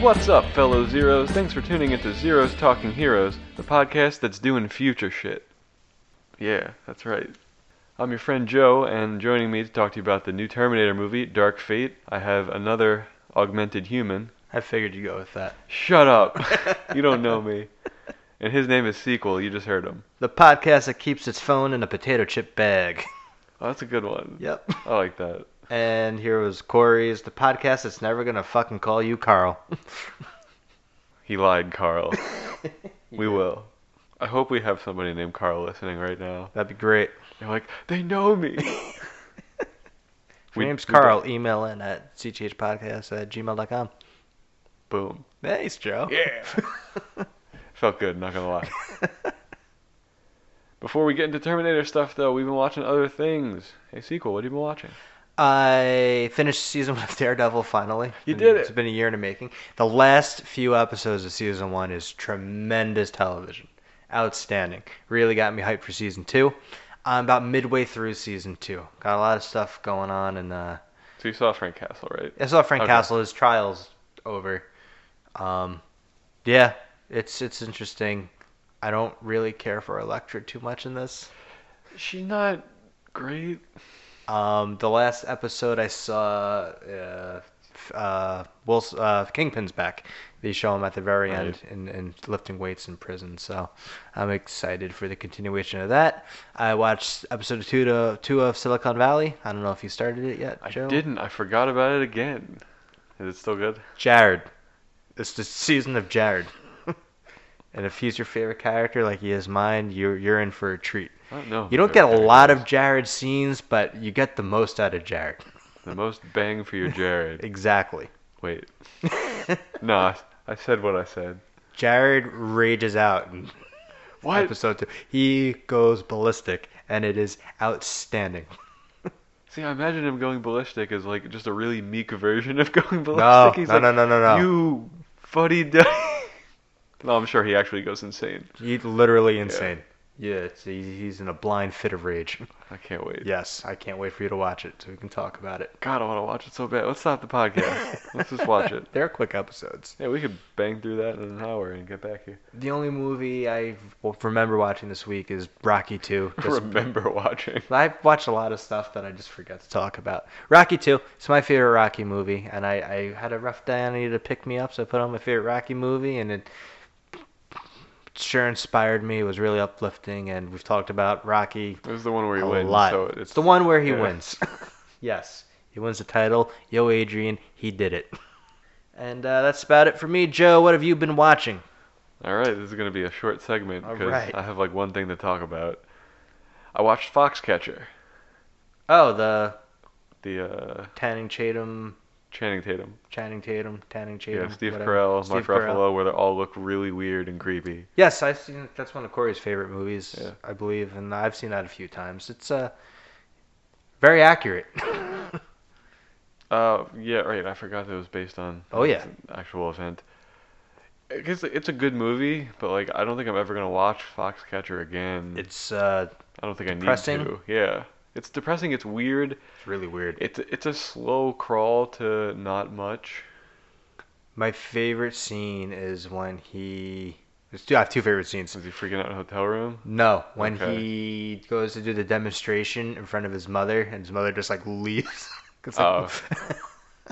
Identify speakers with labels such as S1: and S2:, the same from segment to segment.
S1: What's up, fellow Zeros? Thanks for tuning into Zeros Talking Heroes, the podcast that's doing future shit. Yeah, that's right. I'm your friend Joe, and joining me to talk to you about the new Terminator movie, Dark Fate, I have another augmented human.
S2: I figured you'd go with that.
S1: Shut up! you don't know me. And his name is Sequel, you just heard him.
S2: The podcast that keeps its phone in a potato chip bag.
S1: Oh, that's a good one.
S2: Yep.
S1: I like that.
S2: And here was Corey's, the podcast that's never gonna fucking call you Carl.
S1: He lied, Carl. We will. I hope we have somebody named Carl listening right now.
S2: That'd be great.
S1: They're like, they know me!
S2: If your name's Carl, email in at cchpodcast at gmail.com.
S1: Boom.
S2: Nice, Joe.
S1: Yeah. Felt good, not gonna lie. Before we get into Terminator stuff, though, we've been watching other things. Hey, sequel, what have you been watching?
S2: I finished season one of Daredevil finally.
S1: You did it.
S2: It's been a year in the making. The last few episodes of season one is tremendous television. Outstanding. Really got me hyped for season two. I'm about midway through season two. Got a lot of stuff going on, and uh,
S1: So you saw Frank Castle, right?
S2: I saw Frank
S1: Okay.
S2: Castle. His trial's over. Um, yeah, it's it's interesting. I don't really care for Elektra too much in this.
S1: She's not great.
S2: Um, the last episode I saw, uh, f- uh, Wilson, uh, Kingpin's back. They show him at the very
S1: Right.
S2: end and, and lifting weights in prison. So I'm excited for the continuation of that. I watched episode two to two of Silicon Valley. I don't know if you started it yet,
S1: I
S2: Joe.
S1: didn't. I forgot about it again. Is it still good?
S2: Jared. It's the season of Jared. and if he's your favorite character, like he is mine, you're you're in for a treat.
S1: I don't know.
S2: You don't get a lot of Jared scenes, but you get the most out of Jared.
S1: The most bang for your Jared.
S2: Exactly.
S1: Wait. No, I, I said what I said.
S2: Jared rages out in
S1: What?
S2: episode two. He goes ballistic, and it is outstanding.
S1: See, I imagine him going ballistic as like just a really meek version of going ballistic.
S2: No,
S1: He's
S2: no,
S1: like,
S2: no, no, no, no.
S1: You fuddy duddy. no, I'm sure he actually goes insane.
S2: He's literally insane. Yeah, it's, he- he's in a blind fit of rage.
S1: I can't wait.
S2: Yes, I can't wait for you to watch it so we can talk about it.
S1: God, I want to watch it so bad. Let's stop the podcast. Let's just watch it.
S2: They're quick episodes.
S1: Yeah, we could bang through that in an hour and get back here.
S2: The only movie I w- remember watching this week is Rocky Two. Just-
S1: Remember watching.
S2: I've watched a lot of stuff that I just forgot to talk about. Rocky Two. It's my favorite Rocky movie, and I, I had a rough day. I needed to pick me up, so I put on my favorite Rocky movie, and it sure inspired me. It was really uplifting, and we've talked about Rocky
S1: This is the one where he
S2: a
S1: wins.
S2: lot.
S1: So
S2: it's the one where he
S1: yeah.
S2: wins. yes, he wins the title. Yo, Adrian, he did it. And uh, that's about it for me, Joe. What have you been watching?
S1: All right, this is going to be a short segment
S2: All
S1: because
S2: right.
S1: I have like one thing to talk about. I watched Foxcatcher,
S2: Oh, the
S1: the uh,
S2: Tanning Tatum,
S1: Channing Tatum.
S2: Channing Tatum, Tanning Tatum.
S1: Yeah, Steve
S2: whatever.
S1: Carell,
S2: Steve
S1: Mark
S2: Carell.
S1: Ruffalo, where they all look really weird and creepy.
S2: Yes, I've seen. That's one of Corey's favorite movies,
S1: Yeah.
S2: I believe, and I've seen that a few times. It's uh, very accurate.
S1: Uh, yeah, right. I forgot that it was based on.
S2: Oh, yeah.
S1: an actual event. I guess it's a good movie, but like I don't think I'm ever gonna watch Foxcatcher again.
S2: it's uh,
S1: I don't think I
S2: depressing.
S1: need to. Yeah, it's depressing. It's weird.
S2: it's really weird.
S1: It's it's a slow crawl to not much.
S2: My favorite scene is when he. There's two. I have two favorite scenes.
S1: Is he freaking out in a hotel room?
S2: No, when
S1: Okay.
S2: he goes to do the demonstration in front of his mother, and his mother just like leaves. It's
S1: Oh.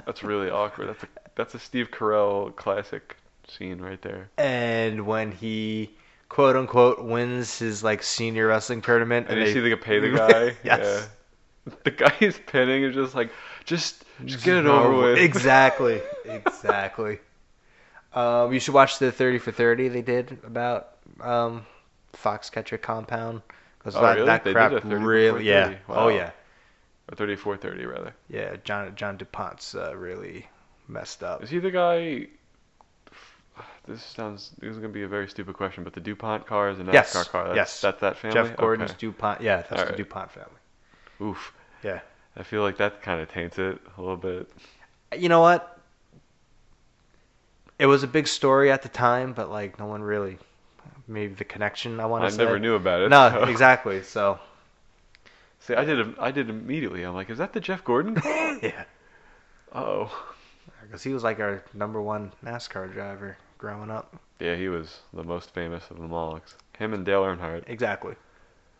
S1: That's really awkward. That's a that's a Steve Carell classic scene right there.
S2: and when he quote unquote wins his like senior wrestling tournament,
S1: And, you see
S2: they-
S1: the pay the guy.
S2: yes.
S1: Yeah. The guy he's pinning is just like just just get it
S2: No,
S1: over with.
S2: Exactly. Exactly. um, you should watch the 30 for 30 they did about um, Foxcatcher Compound. Because
S1: Oh,
S2: that,
S1: really?
S2: that
S1: They did
S2: crap
S1: a 30 for
S2: really, yeah.
S1: 30.
S2: Oh,
S1: Wow.
S2: yeah.
S1: Or 3430 rather.
S2: Yeah, John, John DuPont's uh, really messed up.
S1: Is he the guy? This sounds. This is gonna be a very stupid question, but the Dupont car is a NASCAR
S2: Yes,
S1: car. That's,
S2: yes.
S1: That's that family.
S2: Jeff Gordon's
S1: Okay.
S2: DuPont. Yeah, that's
S1: All
S2: the
S1: right.
S2: DuPont family.
S1: Oof.
S2: Yeah.
S1: I feel like that kind of taints it a little bit.
S2: You know what? It was a big story at the time, but like no one really made the connection. I want
S1: I
S2: to say.
S1: never knew about it.
S2: No,
S1: so-
S2: exactly. So
S1: See, I did. I did immediately. I'm like, is that the Jeff Gordon?
S2: yeah.
S1: oh,
S2: I because he was like our number one NASCAR driver growing up.
S1: Yeah, he was the most famous of them all. Him and Dale Earnhardt.
S2: Exactly.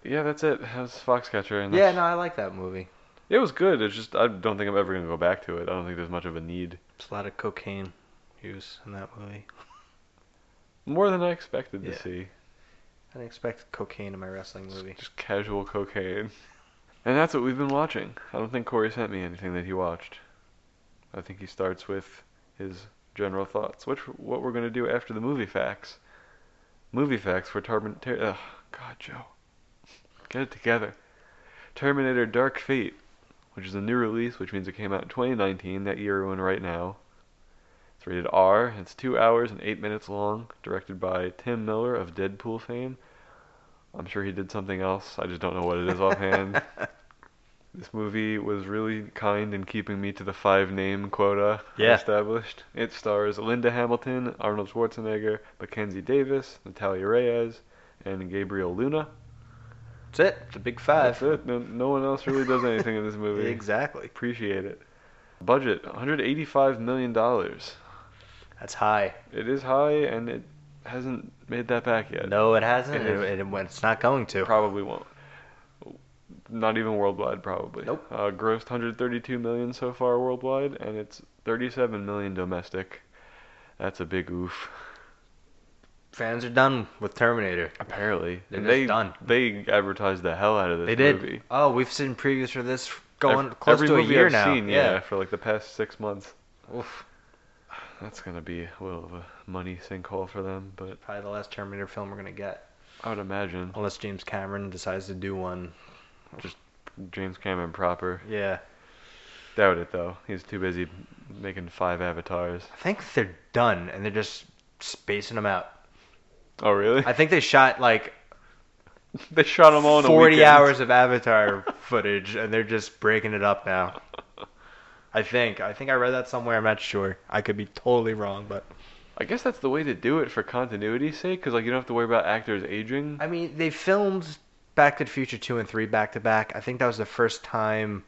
S1: Yeah, that's it. That was Foxcatcher. And
S2: Yeah,
S1: that's-
S2: no, I like that movie.
S1: It was good. It's just, I don't think I'm ever going to go back to it. I don't think there's much of a need.
S2: There's a lot of cocaine use in that movie.
S1: More than I expected
S2: Yeah.
S1: to see.
S2: I didn't expect cocaine in my wrestling movie.
S1: Just casual cocaine. And that's what we've been watching. I don't think Corey sent me anything that he watched. I think he starts with his general thoughts, which what we're going to do after the movie facts. Movie facts for uh, Terminator. Ugh, God, Joe. Get it together. Terminator Dark Fate, which is a new release, which means it came out in 2019, that year we're in right now. It's rated R. It's two hours and eight minutes long, directed by Tim Miller of Deadpool fame. I'm sure he did something else. I just don't know what it is offhand. This movie was really kind in keeping me to the five name quota I
S2: Yeah.
S1: established. It stars Linda Hamilton, Arnold Schwarzenegger, Mackenzie Davis, Natalia Reyes, and Gabriel Luna.
S2: That's it. The big five.
S1: That's it. No, no one else really does anything in this movie.
S2: Exactly.
S1: Appreciate it. Budget 185 million dollars.
S2: That's high.
S1: It is high, and it hasn't made that back yet.
S2: No, it hasn't,
S1: It
S2: and
S1: is.
S2: it, and it's not going to.
S1: Probably won't. Not even worldwide, probably.
S2: Nope.
S1: Uh, grossed 132 million so far worldwide, and it's 37 million domestic. That's a big oof.
S2: Fans are done with Terminator.
S1: Apparently,
S2: They're
S1: And
S2: just
S1: they
S2: done.
S1: they advertised the hell out of this
S2: They did.
S1: movie.
S2: Oh, we've seen previews for this going
S1: Ev-
S2: close
S1: every
S2: to a
S1: movie
S2: year
S1: I've
S2: now.
S1: Seen, yeah, for like the past six months.
S2: Oof.
S1: That's gonna be a little of a money sinkhole for them, but
S2: Probably the last Terminator film we're gonna get,
S1: I would imagine
S2: unless James Cameron decides to do one.
S1: James Cameron proper.
S2: Yeah.
S1: Doubt it though. He's too busy making five avatars.
S2: I think they're done, and they're just spacing them out.
S1: Oh really?
S2: I think they shot like
S1: they shot him all in a
S2: 40
S1: weekend.
S2: hours of Avatar footage, and they're just breaking it up now. I think. I think I read that somewhere. I'm not sure. I could be totally wrong, but
S1: I guess that's the way to do it for continuity's sake, because like you don't have to worry about actors aging.
S2: I mean, they filmed Back to the Future 2 and 3 back to back. I think that was the first time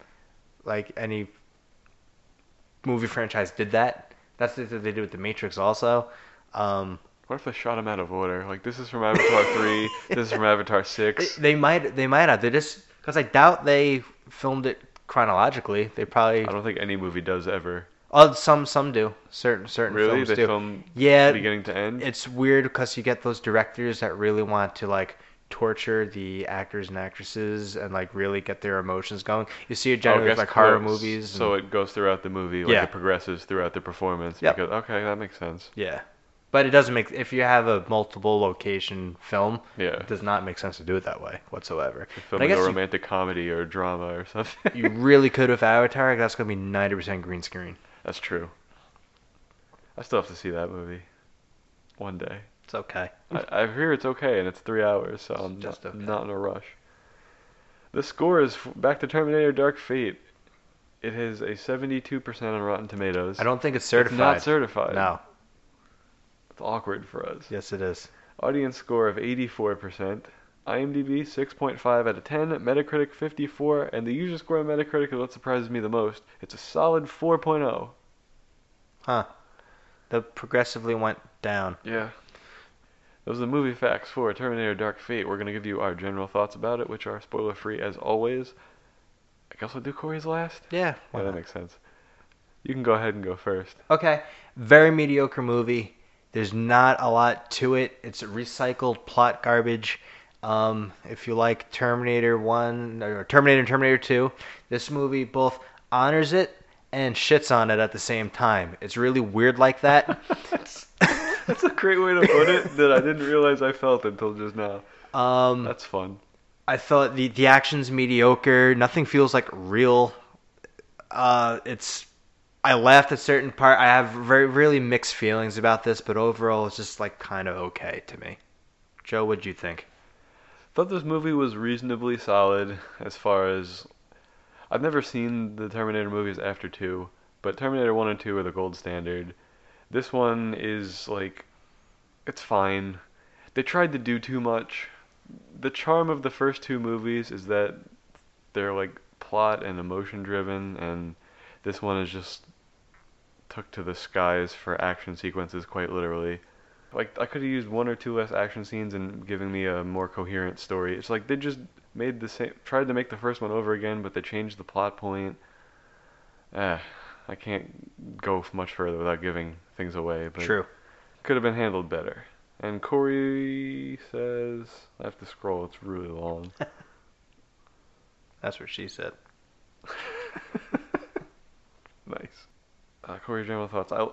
S2: like any movie franchise did that. That's what they did with The Matrix also. Um,
S1: What if they shot him out of order? Like this is from Avatar three, this is from Avatar
S2: they,
S1: six.
S2: they might they might have. They just cuz I doubt they filmed it chronologically. They probably
S1: I don't think any movie does ever.
S2: oh, some some do. Certain certain
S1: Really,
S2: films
S1: they
S2: do.
S1: film
S2: yeah.
S1: beginning to end.
S2: it's weird because you get those directors that really want to like torture the actors and actresses and like really get their emotions going. You see it
S1: Oh, I
S2: generally with,
S1: guess
S2: like horror
S1: close.
S2: movies.
S1: So it goes throughout the movie, like
S2: Yeah.
S1: it progresses throughout the performance.
S2: Yep.
S1: Because okay, that makes sense.
S2: yeah, but it doesn't make if you have a multiple location film,
S1: Yeah.
S2: it does not make sense to do it that way whatsoever. But I
S1: Filming
S2: guess
S1: a
S2: you,
S1: romantic comedy or drama or something.
S2: you really could with Avatar. That's gonna be ninety percent green screen.
S1: That's true. I still have to see that movie one day.
S2: It's okay.
S1: I, I hear it's okay, and it's three hours, so I'm
S2: just
S1: not,
S2: okay.
S1: not in a rush. The score is f- back to Terminator Dark Fate. It has a 72% on Rotten Tomatoes.
S2: I don't think it's
S1: It's
S2: certified.
S1: not certified.
S2: No.
S1: It's awkward for us.
S2: Yes, it is.
S1: Audience score of 84%. IMDb 6.5 out of 10. Metacritic 54. And the user score on Metacritic is what surprises me the most. It's a solid oh. 4.0.
S2: The progressively went down.
S1: Yeah. Those are the movie facts for Terminator Dark Fate. We're going to give you our general thoughts about it, which are spoiler free as always. I guess we'll do Corey's last?
S2: Yeah.
S1: Yeah, that makes sense. You can go ahead and go first.
S2: Okay. Very mediocre movie. There's not a lot to it. It's recycled plot garbage. Um, if you like Terminator 1 or Terminator and Terminator 2, this movie both honors it and shits on it at the same time. It's really weird like that.
S1: That's a great way to put it that I didn't realize I felt until just now.
S2: Um,
S1: That's fun.
S2: I thought the the action's mediocre. Nothing feels like real. Uh, it's I laughed at certain part. I have very really mixed feelings about this, but overall, it's just like kind of okay to me. Joe, what'd you think?
S1: Thought this movie was reasonably solid as far as. I've never seen the Terminator movies after 2, but Terminator 1 and 2 are the gold standard. This one is like. It's fine. They tried to do too much. The charm of the first two movies is that they're like plot and emotion driven, and this one is just took to the skies for action sequences quite literally. Like I could have used one or two less action scenes and giving me a more coherent story. It's like they just made the same tried to make the first one over again, but they changed the plot point. Eh, I can't go f- much further without giving things away, but
S2: True.
S1: could have been handled better. And Corey says I have to scroll, it's really long.
S2: That's what she said.
S1: nice. Uh, Corey's general thoughts. I,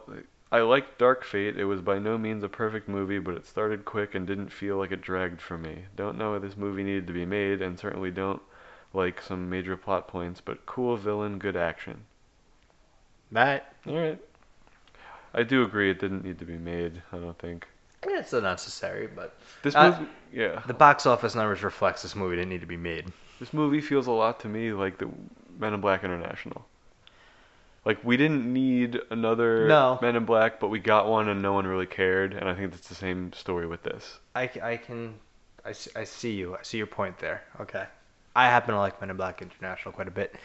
S1: I liked Dark Fate. It was by no means a perfect movie, but it started quick and didn't feel like it dragged for me. Don't know if this movie needed to be made, and certainly don't like some major plot points, but cool villain, good action.
S2: Matt.
S1: Alright. I do agree it didn't need to be made, I don't think.
S2: Yeah, it's unnecessary, but
S1: This
S2: Uh,
S1: movie, yeah.
S2: the box office numbers reflects this movie didn't need to be made.
S1: This movie feels a lot to me like the Men in Black International. Like we didn't need another
S2: No.
S1: Men in Black, but we got one and no one really cared, and I think that's the same story with this.
S2: I, c- I can, I, s- I see you. I see your point there. Okay. I happen to like Men in Black International quite a bit.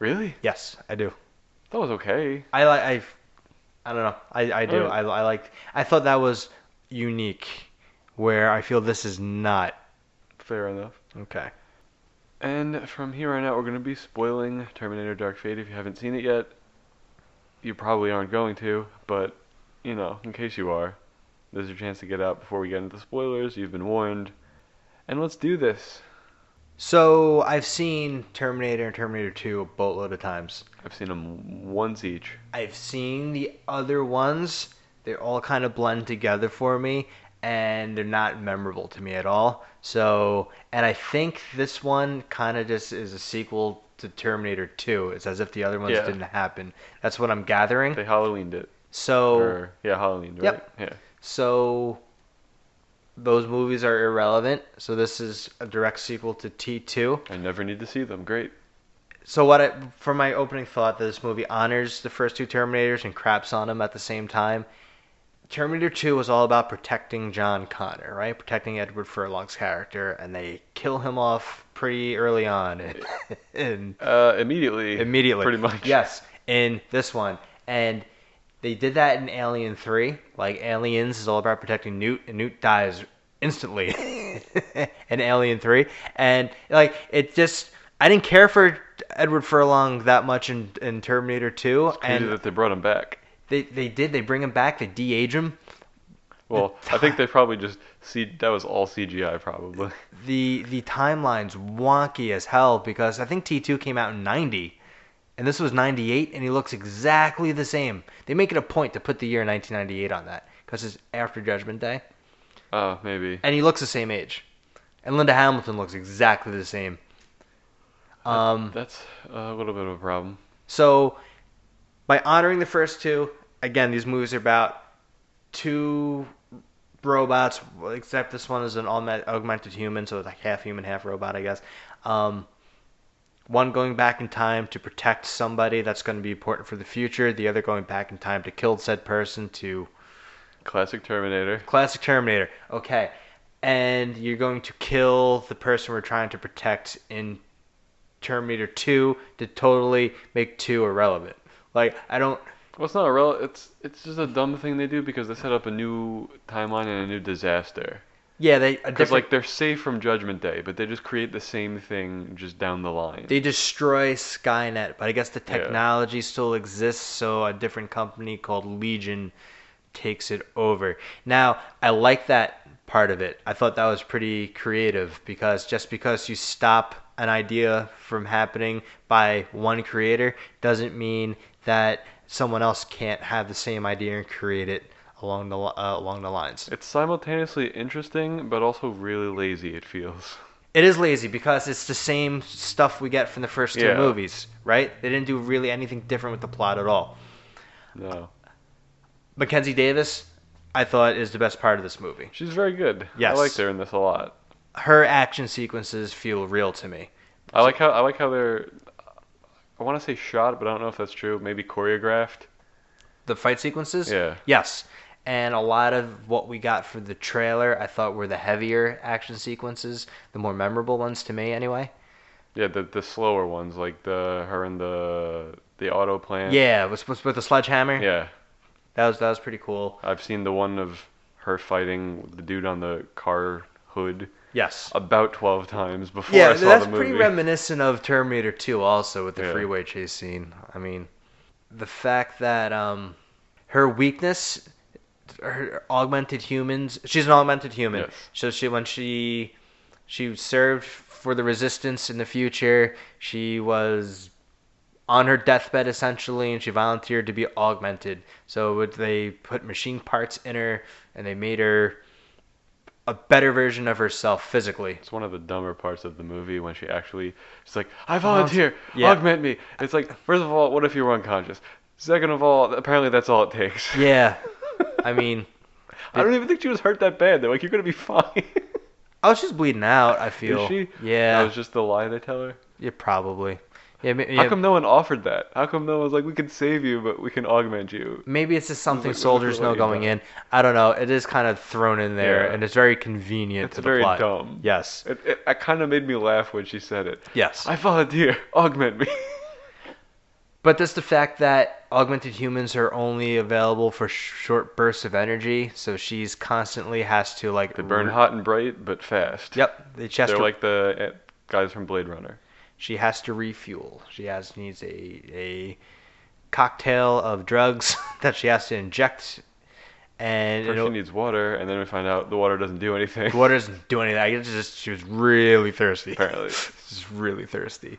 S1: Really?
S2: Yes, I do.
S1: That was okay.
S2: I like I, I don't know. I, I do.
S1: Alright.
S2: I, I liked. I thought that was unique, where I feel this is not.
S1: Fair enough.
S2: Okay.
S1: And from here on out we're gonna be spoiling Terminator Dark Fate if you haven't seen it yet. You probably aren't going to, but you know, in case you are, there's your chance to get out before we get into the spoilers. You've been warned. And let's do this.
S2: So I've seen Terminator and Terminator 2 a boatload of times.
S1: I've seen them once each.
S2: I've seen the other ones. They all kind of blend together for me, and they're not memorable to me at all. So, and I think this one kind of just is a sequel to Terminator 2. It's as if the other ones
S1: Yeah.
S2: didn't happen. That's what I'm gathering.
S1: They Halloweened it.
S2: So,
S1: Or- yeah, Halloween, right?
S2: Yep.
S1: Yeah.
S2: so those movies are irrelevant. So this is a direct sequel to T2.
S1: I never need to see them. Great.
S2: So what? I, for my opening thought, that this movie honors the first two Terminators and craps on them at the same time. Terminator Two was all about protecting John Connor, right? Protecting Edward Furlong's character, and they kill him off pretty early on, and, and
S1: Uh, immediately.
S2: immediately,
S1: Pretty much.
S2: yes. In this one, and they did that in Alien Three. Like Aliens is all about protecting Newt, and Newt dies instantly in Alien Three, and like it just I didn't care for Edward Furlong that much in, in Terminator Two,
S1: Crazy
S2: and
S1: that they brought him back.
S2: they they did they bring him back, they de-age him.
S1: Well, I think they probably just see that was all CGI probably.
S2: The the timeline's wonky as hell because I think T two came out in ninety. And this was 98, and he looks exactly the same. They make it a point to put the year 1998 on that because it's after Judgment Day.
S1: Uh, maybe.
S2: and he looks the same age. And Linda Hamilton looks exactly the same. Um,
S1: That's uh, a little bit of a problem.
S2: so by honoring the first two, again, these movies are about two robots, except this one is an augment- augmented human, so it's like half human, half robot, I guess. Um, one going back in time to protect somebody that's going to be important for the future. The other going back in time to kill said person to
S1: Classic Terminator.
S2: Classic Terminator. Okay. And you're going to kill the person we're trying to protect in Terminator 2 to totally make 2 irrelevant. Like, I don't.
S1: Well, it's not a rel- It's it's just a dumb thing they do because they set up a new timeline and a new disaster.
S2: Yeah, they. A
S1: Because
S2: different,
S1: like they're safe from Judgment Day, but they just create the same thing just down the line.
S2: They destroy Skynet, but I guess the
S1: Yeah.
S2: technology still exists, so a different company called Legion takes it over. Now, I like that part of it. I thought that was pretty creative because just because you stop an idea from happening by one creator doesn't mean that someone else can't have the same idea and create it along the li- uh, along the lines.
S1: It's simultaneously interesting, but also really lazy. It feels.
S2: It is lazy because it's the same stuff we get from the first two
S1: Yeah.
S2: movies, right? They didn't do really anything different with the plot at all.
S1: No,
S2: Mackenzie Davis, I thought is the best part of this movie.
S1: she's very good.
S2: Yes.
S1: I liked her in this a lot.
S2: Her action sequences feel real to me.
S1: I like how I like how they're. I want to say shot, but I don't know if that's true. Maybe choreographed.
S2: The fight sequences?
S1: Yeah.
S2: Yes. And a lot of what we got for the trailer, I thought were the heavier action sequences, the more memorable ones to me anyway.
S1: Yeah, the the slower ones, like the her and the the auto plant.
S2: Yeah, with, with, with the sledgehammer.
S1: Yeah.
S2: That was that was pretty cool.
S1: I've seen the one of her fighting the dude on the car hood
S2: Yes.
S1: about 12 times before
S2: Yeah,
S1: I saw
S2: that's
S1: the
S2: pretty
S1: movie.
S2: reminiscent of Terminator 2 also with the
S1: Yeah.
S2: freeway chase scene. I mean, the fact that um her weakness her augmented humans, she's an augmented human.
S1: Yes.
S2: So she when she she served for the resistance in the future, she was on her deathbed essentially and she volunteered to be augmented. So would they put machine parts in her and they made her a better version of herself physically.
S1: It's one of the dumber parts of the movie when she actually she's like, "I volunteer,
S2: Yeah.
S1: augment me." It's like, first of all, what if you were unconscious? Second of all, apparently that's all it takes.
S2: Yeah. I mean,
S1: I don't even think she was hurt that bad. They're like, "You're gonna be fine."
S2: I was just bleeding out. I feel.
S1: Is she?
S2: Yeah.
S1: That was just the lie they tell her.
S2: yeah. Probably. Yeah. ma-
S1: How
S2: yeah,
S1: come no one offered that? How come no one's like, "We can save you, but we can augment you"?
S2: Maybe it's just something
S1: like-
S2: soldiers know
S1: like,
S2: going
S1: uh,
S2: in. I don't know. It is kind of thrown in there,
S1: Yeah.
S2: and it's very convenient
S1: It's
S2: to the
S1: very
S2: plot.
S1: dumb.
S2: Yes.
S1: It, it, it kind of made me laugh when she said it.
S2: Yes.
S1: I volunteer, augment me.
S2: But just the fact that augmented humans are only available for sh- short bursts of energy, so she's constantly has to like
S1: they burn
S2: re-
S1: hot and bright, but fast.
S2: Yep. They just
S1: They're like the uh, guys from Blade Runner.
S2: she has to refuel. She has needs a a cocktail of drugs that she has to inject, and
S1: First
S2: it'll-
S1: she needs water, and then we find out the water doesn't do anything.
S2: water doesn't do anything. I just she was really thirsty.
S1: Apparently.
S2: She's really thirsty.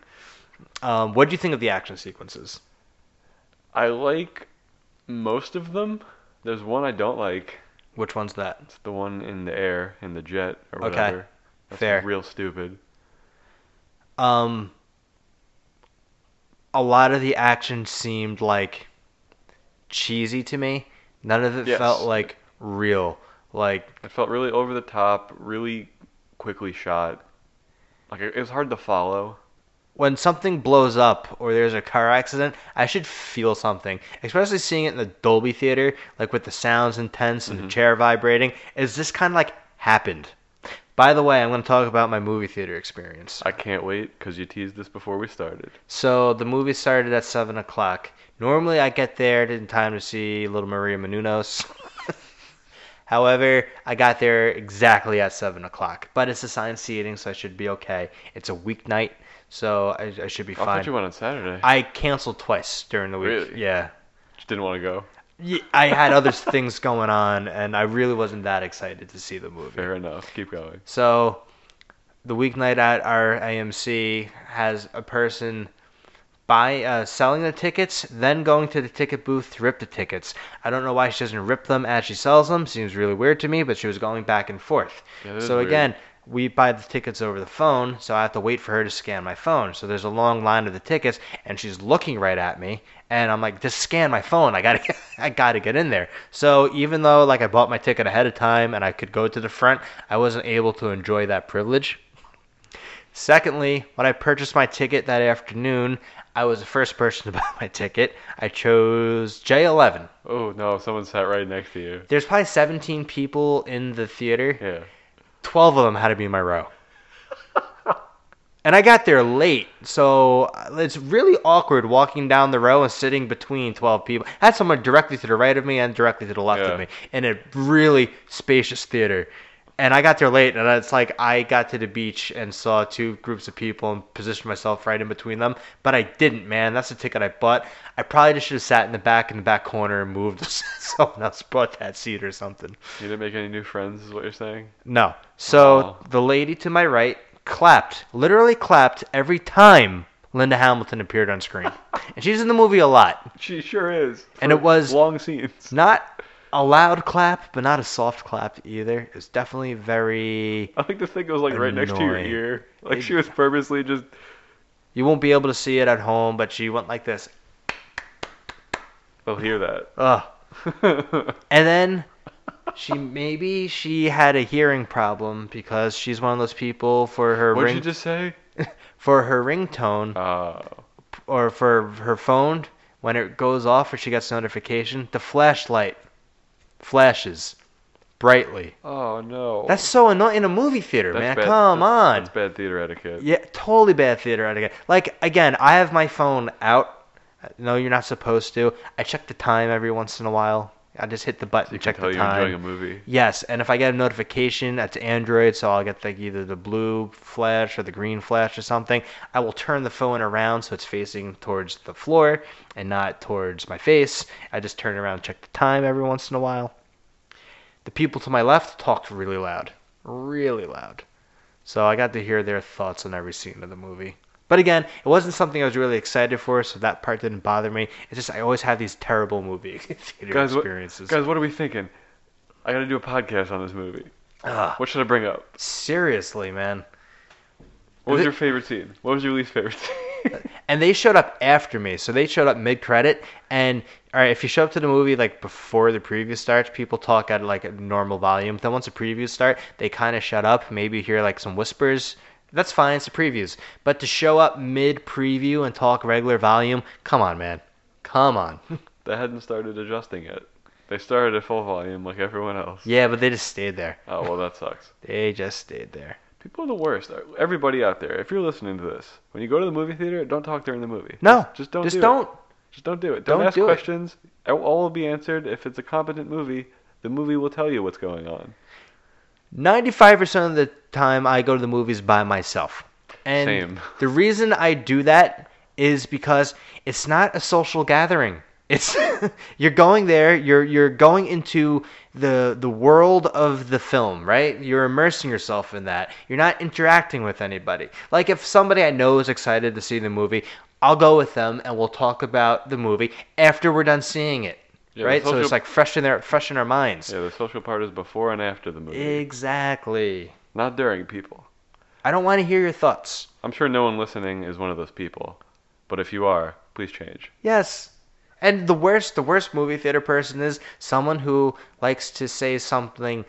S2: Um, what do you think of the action sequences?
S1: I like most of them. There's one I don't like.
S2: Which one's that?
S1: It's the one in the air, in the jet, or
S2: Okay.
S1: whatever. That's
S2: Fair.
S1: real stupid.
S2: Um, a lot of the action seemed like cheesy to me. None of it
S1: Yes.
S2: felt like real. Like
S1: It felt really over the top, really quickly shot. Like, it it was hard to follow.
S2: when something blows up or there's a car accident, I should feel something. Especially seeing it in the Dolby theater, like with the sounds intense
S1: Mm-hmm.
S2: and the chair vibrating, is this kind of like happened. By the way, I'm going to talk about my movie theater experience.
S1: I can't wait, because you teased this before we started.
S2: So the movie started at seven o'clock. Normally, I get there in time to see Little Maria Menounos. However, I got there exactly at seven o'clock. But it's assigned seating, so I should be okay. It's a weeknight, so I, I should be
S1: I
S2: fine.
S1: thought you went on Saturday. I
S2: I canceled twice during the week.
S1: Really?
S2: Yeah.
S1: just didn't want to go.
S2: Ye- I had other things going on, and I really wasn't that excited to see the movie.
S1: Fair enough. Keep going.
S2: So, the weeknight at our AMC has a person buy uh, selling the tickets, then going to the ticket booth to rip the tickets. I don't know why she doesn't rip them as she sells them. Seems really weird to me, but she was going back and forth.
S1: Yeah, that is
S2: so
S1: weird.
S2: again, we buy the tickets over the phone, so I have to wait for her to scan my phone. So there's a long line of the tickets, and she's looking right at me, and I'm like, just scan my phone. I gotta, get, I gotta get in there. So even though like I bought my ticket ahead of time and I could go to the front, I wasn't able to enjoy that privilege. Secondly, when I purchased my ticket that afternoon, I was the first person to buy my ticket. I chose J11.
S1: Oh, no, someone sat right next to you.
S2: There's probably 17 people in the theater.
S1: Yeah.
S2: 12 of them had to be in my row. and I got there late, so it's really awkward walking down the row and sitting between 12 people. I had someone directly to the right of me and directly to the left
S1: Yeah.
S2: of me in a really spacious theater. And I got there late, and it's like I got to the beach and saw two groups of people and positioned myself right in between them. But I didn't, man. That's the ticket I bought. I probably just should have sat in the back in the back corner and moved. Someone else bought that seat or something.
S1: You didn't make any new friends, is what you're saying?
S2: No. So
S1: Wow.
S2: the lady to my right clapped, literally clapped every time Linda Hamilton appeared on screen. and she's in the movie a lot.
S1: She sure is.
S2: And it
S1: For
S2: was-
S1: long scenes.
S2: Not a loud clap, but not a soft clap either. It's definitely very.
S1: I like to think it was like right next to your
S2: Annoying.
S1: ear. Like she was purposely just
S2: You won't be able to see it at home, but she went like this.
S1: they'll hear that.
S2: Ugh. And then she maybe she had a hearing problem because she's one of those people for her
S1: what did
S2: ring
S1: you just say?
S2: for her ringtone
S1: Oh.
S2: or for her phone when it goes off or she gets a notification, the flashlight flashes brightly.
S1: Oh no.
S2: That's so annoying in a movie theater,
S1: That's
S2: man.
S1: bad-
S2: Come
S1: that's-
S2: on.
S1: That's bad theater etiquette.
S2: Yeah, totally bad theater etiquette. Like again, I have my phone out. No, you're not supposed to. I check the time every once in a while. I just hit the button,
S1: You
S2: check
S1: can tell
S2: the
S1: you're
S2: time.
S1: enjoying a movie.
S2: Yes, and if I get a notification, that's Android, so I'll get like either the blue flash or the green flash or something. I will turn the phone around so it's facing towards the floor and not towards my face. I just turn around, and check the time every once in a while. The people to my left talked really loud, really loud, so I got to hear their thoughts on every scene of the movie. But again, it wasn't something I was really excited for, so that part didn't bother me. It's just I always have these terrible movie theater
S1: Guys, what-
S2: experiences.
S1: Guys, what are we thinking? I gotta do a podcast on this movie.
S2: Ugh.
S1: What should I bring up?
S2: Seriously, man.
S1: What was
S2: Is it- Uh,
S1: your favorite scene? What was your least favorite scene?
S2: And they showed up after me, so they showed up mid credit. And all right, if you show up to the movie like before the preview starts, people talk at like a normal volume. Then once the previews start, they kind of shut up. Maybe you hear like some whispers. That's fine. It's the previews. But to show up mid preview and talk regular volume, come on, man. Come on.
S1: they hadn't started adjusting yet. They started at full volume like everyone else.
S2: yeah, but they just stayed there.
S1: Oh, well, that sucks.
S2: They just stayed there.
S1: People are the worst. Everybody out there, if you're listening to this, when you go to the movie theater, don't talk during the movie.
S2: No,
S1: just, just don't.
S2: Just
S1: do
S2: don't.
S1: It. Just don't do it. Don't,
S2: Don't
S1: ask
S2: do it.
S1: questions. It. All will be answered. If it's a competent movie, the movie will tell you what's going on.
S2: 95% of the time I go to the movies by myself. And
S1: Same.
S2: the reason I do that is because it's not a social gathering. It's you're going there, you're you're going into the the world of the film, right? You're immersing yourself in that. You're not interacting with anybody. Like if somebody I know is excited to see the movie, I'll go with them and we'll talk about the movie after we're done seeing it.
S1: Yeah, the
S2: right? So
S1: social-
S2: it's like fresh in their fresh in our minds.
S1: Yeah, the social part is before and after the movie,
S2: Exactly.
S1: not during people.
S2: I don't want to hear your thoughts.
S1: I'm sure no one listening is one of those people, but if you are, please change.
S2: Yes. And the worst, the worst movie theater person is someone who likes to say something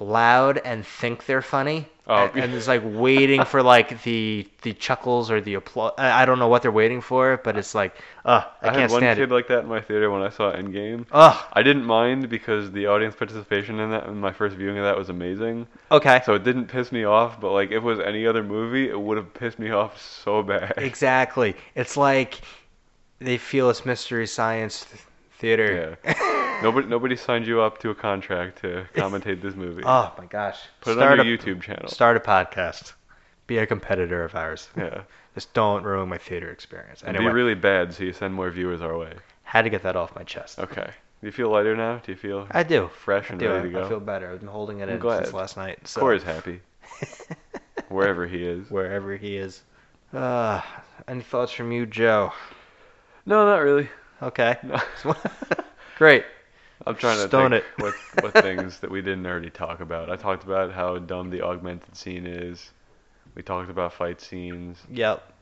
S2: loud and think they're funny,
S1: Oh.
S2: and, and is like waiting for like the the chuckles or the applause. I I don't know what they're waiting for, but it's like, ugh, I,
S1: I, had
S2: can't
S1: one
S2: stand
S1: kid
S2: it.
S1: like that in my theater when I saw Endgame.
S2: Ugh.
S1: I didn't mind because the audience participation in that, in my first viewing of that, was amazing.
S2: Okay.
S1: So it didn't piss me off, but like if it was any other movie, it would have pissed me off so bad.
S2: Exactly. It's like they feel it's mystery science th-
S1: Yeah.
S2: theater.
S1: nobody nobody signed you up to a contract to commentate this movie.
S2: Oh my gosh.
S1: Put
S2: start
S1: it on
S2: a,
S1: your YouTube channel.
S2: Start a podcast. Be a competitor of ours.
S1: yeah.
S2: Just don't ruin my theater experience.
S1: And
S2: Anyway,
S1: be really bad so you send more viewers our way.
S2: had to get that off my chest.
S1: Okay. Do you feel lighter now? Do you feel
S2: I do.
S1: fresh
S2: I
S1: and
S2: do.
S1: ready to
S2: I-
S1: go?
S2: I feel better. I've been holding it in
S1: glad.
S2: since last night. So.
S1: Corey's happy. Wherever he is.
S2: Wherever he is. Uh, any thoughts from you, Joe?
S1: No, not really.
S2: Okay.
S1: No.
S2: Great.
S1: I'm trying to
S2: Stone
S1: think
S2: it.
S1: what what things that we didn't already talk about. I talked about how dumb the augmented scene is. We talked about fight scenes.
S2: Yep.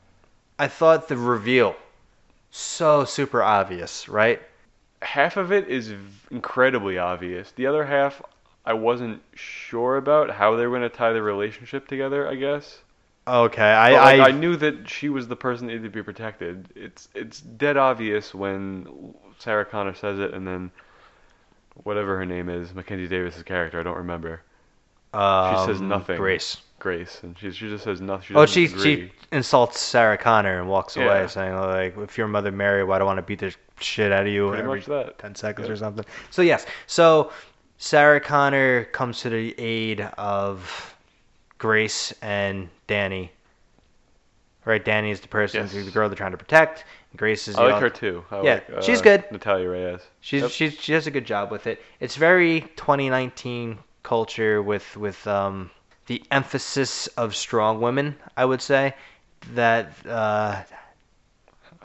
S2: I thought the reveal so super obvious, right?
S1: half of it is v- incredibly obvious. The other half, I wasn't sure about how they were going to tie the relationship together. I guess.
S2: Okay.
S1: But,
S2: I,
S1: like,
S2: I,
S1: I knew that she was the person that needed to be protected. It's it's dead obvious when Sarah Connor says it, and then whatever her name is, Mackenzie Davis's character, I don't remember.
S2: um,
S1: she says nothing.
S2: Grace.
S1: Grace, and she she just says nothing. She
S2: Oh,
S1: doesn't
S2: she
S1: agree.
S2: she insults Sarah Connor and walks
S1: Yeah.
S2: away, saying like, "If your mother Mary, why do I want to beat the shit out of you
S1: Pretty
S2: every
S1: much that.
S2: 10 seconds
S1: Yeah.
S2: or something. So yes, so Sarah Connor comes to the aid of Grace and Danny. Right, Danny is the person,
S1: Yes.
S2: the girl they're trying to protect. Grace is.
S1: I
S2: the
S1: like
S2: auth-
S1: her too. I
S2: Yeah,
S1: like, uh,
S2: she's good.
S1: Natalia Reyes.
S2: She's
S1: Yep.
S2: she's she does a good job with it. It's very 2019 culture with with um, the emphasis of strong women. I would say that uh,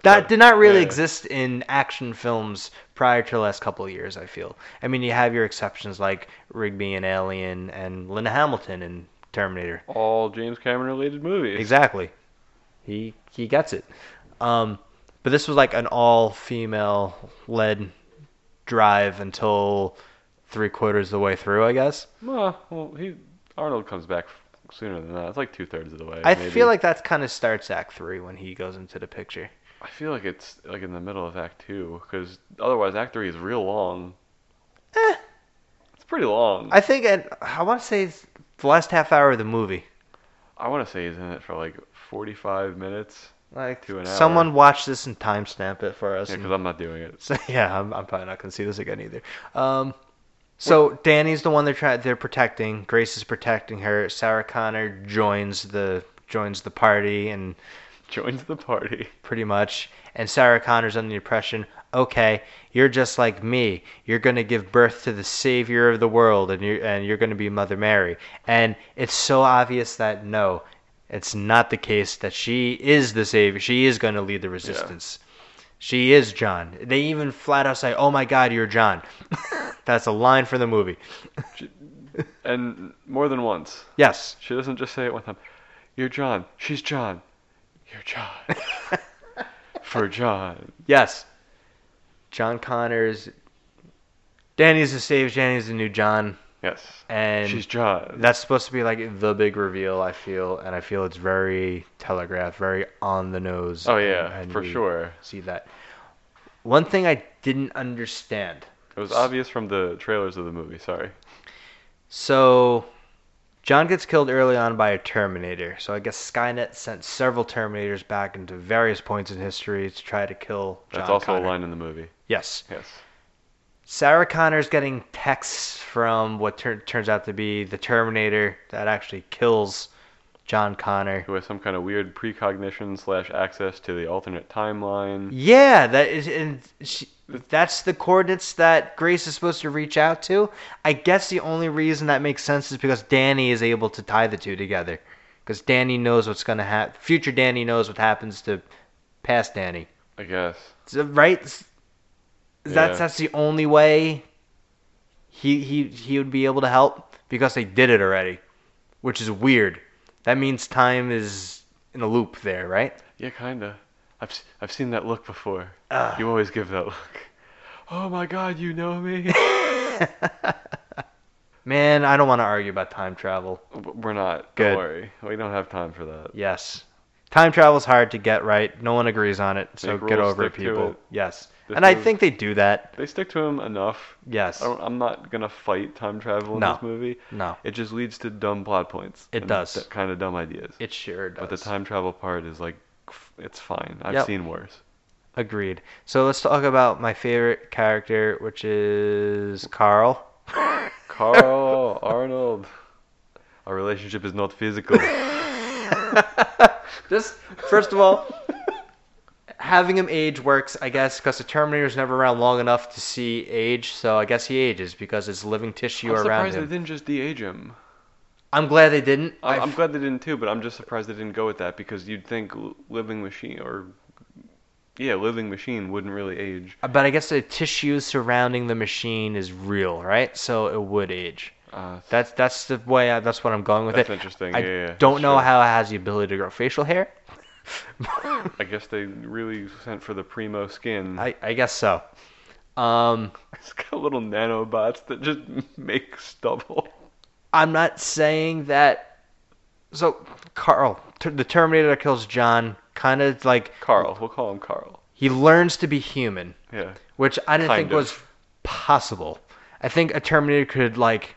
S2: that did not really
S1: Yeah.
S2: exist in action films prior to the last couple of years. I feel. I mean, you have your exceptions like Rigby and Alien and Linda Hamilton in Terminator.
S1: All James Cameron related movies.
S2: Exactly. He he gets it. Um, but this was like an all female led drive until three quarters of the way through, I guess.
S1: Well, well, he Arnold comes back f- sooner than that. It's like two thirds of the way.
S2: I
S1: maybe.
S2: feel like that's kind of starts Act Three when he goes into the picture.
S1: I feel like it's like in the middle of Act Two, because otherwise Act Three is real long.
S2: Eh.
S1: It's pretty long. I,
S2: I think and I want to say it's the last half hour of the movie.
S1: want to say he's in it for like forty-five minutes.
S2: Like
S1: To an hour.
S2: someone watch this and timestamp it for us.
S1: Yeah,
S2: and-
S1: because I'm not doing it.
S2: So yeah, I'm, I'm probably not going to see this again either. Um, so Danny's the one they're trying they're protecting. Grace is protecting her. Sarah Connor joins the joins the party and
S1: Joins the party.
S2: pretty much. And Sarah Connor's under the impression, okay, you're just like me. You're going to give birth to the savior of the world, and you're and you're going to be Mother Mary. And it's so obvious that no, it's not the case. That she is the savior. She is going to lead the resistance. She is John. They even flat out say, "Oh my God, you're John." That's a line from the movie.
S1: And more than once.
S2: Yes.
S1: She doesn't just say it one time. You're John. She's John. You're John. For John.
S2: Yes. John Connor's. Danny's the savior. Danny's the new John.
S1: Yes.
S2: And
S1: She's John.
S2: That's supposed to be like the big reveal, I feel, and I feel it's very telegraphed, very on the nose.
S1: Oh, yeah,
S2: and
S1: for
S2: we
S1: sure.
S2: See that. One thing I didn't understand.
S1: It was obvious from the trailers of the movie, sorry.
S2: So, John gets killed early on by a Terminator. So I guess Skynet sent several Terminators back into various points in history to try to kill. John
S1: That's also
S2: Connor.
S1: a line in the movie.
S2: Yes.
S1: Yes.
S2: Sarah Connor's getting texts from what tur- turns out to be the Terminator that actually kills John Connor.
S1: Who has some kind of weird precognition slash access to the alternate timeline.
S2: Yeah, that is, and she, that's the coordinates that Grace is supposed to reach out to. I guess the only reason that makes sense is because Danny is able to tie the two together, because Danny knows what's gonna happen. Future Danny knows what happens to past Danny,
S1: I guess.
S2: so, right? S- That's
S1: Yeah.
S2: that's the only way he he he would be able to help because they did it already, which is weird. That means time is in a loop there, right?
S1: Yeah, kinda. I've s- I've seen that look before.
S2: Ah.
S1: You always give that look. Oh my God, you know me.
S2: Man, I don't want to argue about time travel.
S1: We're not.
S2: Good.
S1: Don't worry. We don't have time for that.
S2: Yes. Time travel's hard to get right. No one agrees on it, so
S1: Make
S2: get
S1: rules,
S2: over it,
S1: stick to
S2: people.
S1: it.
S2: Yes.
S1: This
S2: and I
S1: is-
S2: think they do that.
S1: They stick to him enough.
S2: Yes.
S1: I don't, I'm not gonna fight time travel in
S2: No.
S1: this movie.
S2: No.
S1: It just leads to dumb plot points.
S2: It
S1: and
S2: does.
S1: kind of dumb ideas.
S2: It sure does.
S1: But the time travel part is like, f- it's fine. I've
S2: Yep.
S1: seen worse.
S2: Agreed. So let's talk about my favorite character, which is Carl.
S1: Carl Arnold. Our relationship is not physical.
S2: Just first of all, having him age works, I guess, because the Terminator's never around long enough to see age. So I guess he ages because it's living tissue
S1: I'm
S2: around
S1: surprised
S2: him.
S1: they didn't just de-age him.
S2: I'm glad they didn't.
S1: I-
S2: I-
S1: I'm glad they didn't too, but I'm just surprised they didn't go with that because you'd think l- living machine or yeah, living machine wouldn't really age.
S2: But I guess the tissue surrounding the machine is real, right? So it would age.
S1: Uh,
S2: That's that's the way. I, that's what I'm going with
S1: That's
S2: it.
S1: interesting,
S2: I
S1: yeah, yeah,
S2: don't know
S1: sure.
S2: how it has the ability to grow facial hair.
S1: I guess they really sent for the primo skin.
S2: I, I guess so. Um,
S1: It's got little nanobots that just make stubble.
S2: I'm not saying that. So Carl, ter- the Terminator that kills John, kind of like
S1: Carl, we'll call him Carl.
S2: he learns to be human,
S1: Yeah.
S2: which I didn't
S1: Kind
S2: think
S1: of.
S2: was possible. I think a Terminator could like.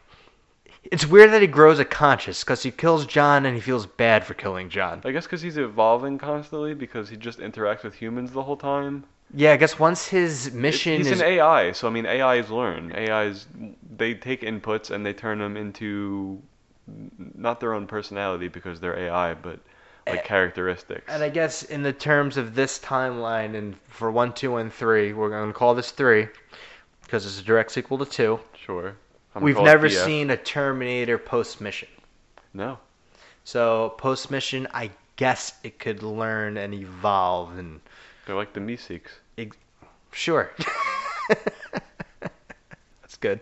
S2: It's weird that he grows a conscience because he kills John and he feels bad for killing John.
S1: I guess because he's evolving constantly because he just interacts with humans the whole time.
S2: Yeah, I guess once his mission
S1: He's
S2: is
S1: an AI, so I mean, AIs learn. AIs, they take inputs and they turn them into not their own personality because they're AI, but like characteristics.
S2: And I guess in the terms of this timeline, and for one, two, and three, we're going to call this three because it's a direct sequel to two.
S1: sure. I'm gonna
S2: We've
S1: call it
S2: never
S1: DF.
S2: seen a Terminator post mission.
S1: No.
S2: So post mission, I guess it could learn and evolve. And
S1: They're like the Meeseeks.
S2: sure, that's good.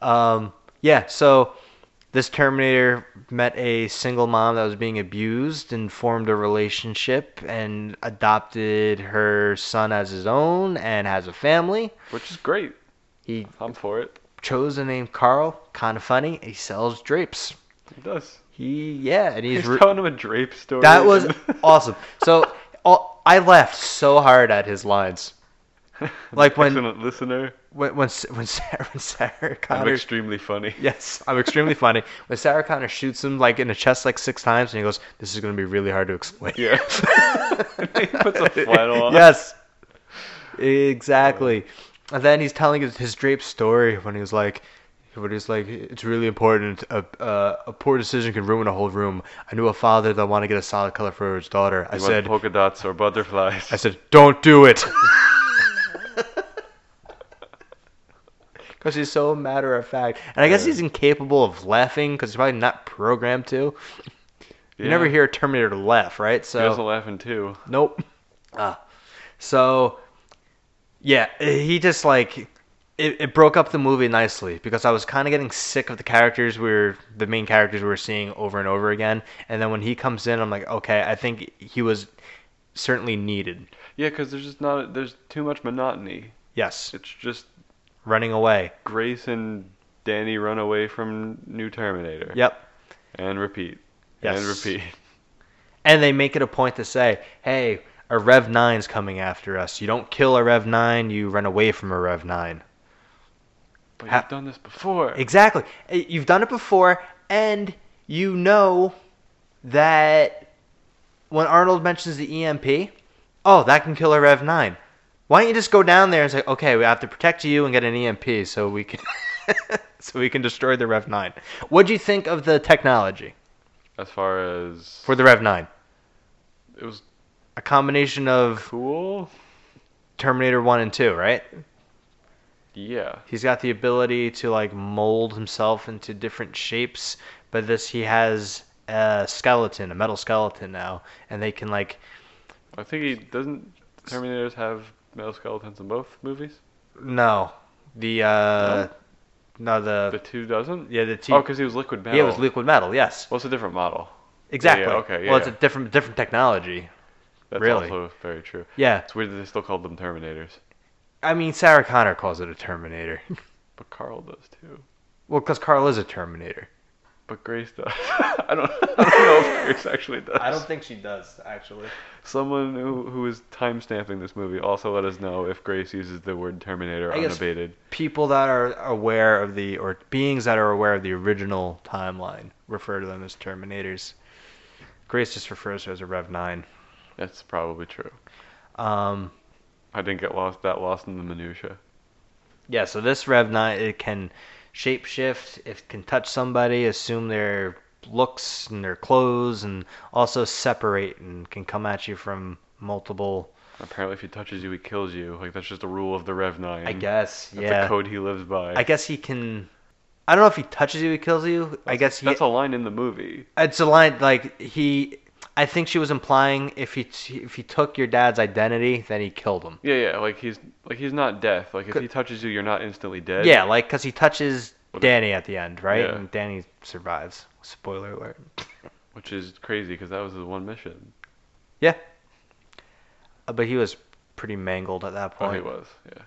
S2: Um, yeah. So this Terminator met a single mom that was being abused and formed a relationship and adopted her son as his own and has a family.
S1: Which is great.
S2: He
S1: I'm for it.
S2: chose the name Carl. Kind of funny. He sells drapes.
S1: It does.
S2: He yeah, and he's,
S1: He's,
S2: re-
S1: telling him a drape story.
S2: that was
S1: and-
S2: awesome. So all, I laughed so hard at his lines. Like when-
S1: Excellent listener.
S2: When when S- when Sarah, when Sarah
S1: I'm
S2: Connor
S1: extremely funny.
S2: Yes, I'm extremely funny. When Sarah Connor shoots him like in the chest like six times, and he goes, "This is going to be really hard to explain."
S1: Yeah. he puts a flannel on.
S2: Yes, exactly. And then he's telling his, his Drape story when he was like, when he was like, "It's really important. A, a, a poor decision can ruin a whole room." I knew a father that wanted to get a solid color for his daughter. I
S1: You want
S2: said,
S1: polka dots or butterflies.
S2: I said, don't do it. Because he's so matter of fact. And I guess
S1: Yeah.
S2: he's incapable of laughing because he's probably not programmed to. You
S1: Yeah.
S2: never hear a Terminator laugh, right?
S1: He doesn't
S2: So,
S1: laughing too.
S2: nope. Ah. so, yeah, he just like. It, it broke up the movie nicely because I was kind of getting sick of the characters we were, the main characters we were seeing over and over again. And then when he comes in, I'm like, okay, I think he was certainly needed.
S1: Yeah, because there's just not there's too much monotony.
S2: Yes.
S1: It's just
S2: running away.
S1: Grace and Danny run away from new Terminator.
S2: Yep.
S1: And repeat. And
S2: Yes.
S1: repeat.
S2: And they make it a point to say, hey, a Rev 9's coming after us. You don't kill a Rev 9, you run away from a Rev 9.
S1: But
S2: Ha-
S1: you've done this before.
S2: Exactly. Eh, You've done it before, and you know that when Arnold mentions the EMP, oh, that can kill a Rev 9. Why don't you just go down there and say, okay, we have to protect you and get an EMP so we can. So we can destroy the Rev 9. What do you think of the technology
S1: as far as
S2: for the Rev 9?
S1: it was
S2: A combination of
S1: cool.
S2: Terminator 1 and 2, right?
S1: Yeah.
S2: He's got the ability to like mold himself into different shapes, but this he has a skeleton, a metal skeleton now, and they can like
S1: I think he doesn't Terminators have metal skeletons in both movies?
S2: no, the uh no,
S1: The
S2: the,
S1: two doesn't?
S2: yeah, the T
S1: Oh, because he was liquid metal.
S2: yeah, it was liquid metal, yes.
S1: Well, it's a different model.
S2: Exactly.
S1: okay,
S2: well, it's a
S1: yeah.
S2: different different technology.
S1: That's
S2: Really?
S1: also very true.
S2: Yeah.
S1: It's weird that they still called them Terminators.
S2: I mean, Sarah Connor calls it a terminator.
S1: But Carl does too.
S2: well, cuz Carl is a terminator.
S1: But Grace does. I don't. I don't know if Grace actually does.
S2: think she does actually.
S1: Someone who who is timestamping this movie also let us know if Grace uses the word Terminator
S2: I guess-
S1: unabated.
S2: people that are aware of the or beings that are aware of the original timeline refer to them as terminators grace just refers to her as a rev 9
S1: That's probably true.
S2: um
S1: I didn't get lost that lost in the minutia.
S2: yeah so this rev 9 it can shapeshift it can touch somebody assume their looks and their clothes and also separate and can come at you from multiple
S1: Apparently, if he touches you, he kills you. Like that's just a rule of the Rev Nine.
S2: i guess
S1: Mm-hmm. That's
S2: yeah
S1: a code he lives by.
S2: i guess he can i don't know if he touches you he kills you i guess he
S1: that's a line in the movie.
S2: it's a line like he i think she was implying if he if he took your dad's identity then he killed him
S1: Yeah, yeah. Like he's like he's not death. Like if
S2: Good.
S1: he touches you, you're not instantly dead.
S2: yeah like because he touches
S1: What if-
S2: danny at the end right
S1: Yeah.
S2: and danny survives spoiler alert
S1: Which is crazy because that was his one mission.
S2: yeah Uh, but he was pretty mangled at that
S1: Oh, he
S2: point
S1: was. Yeah.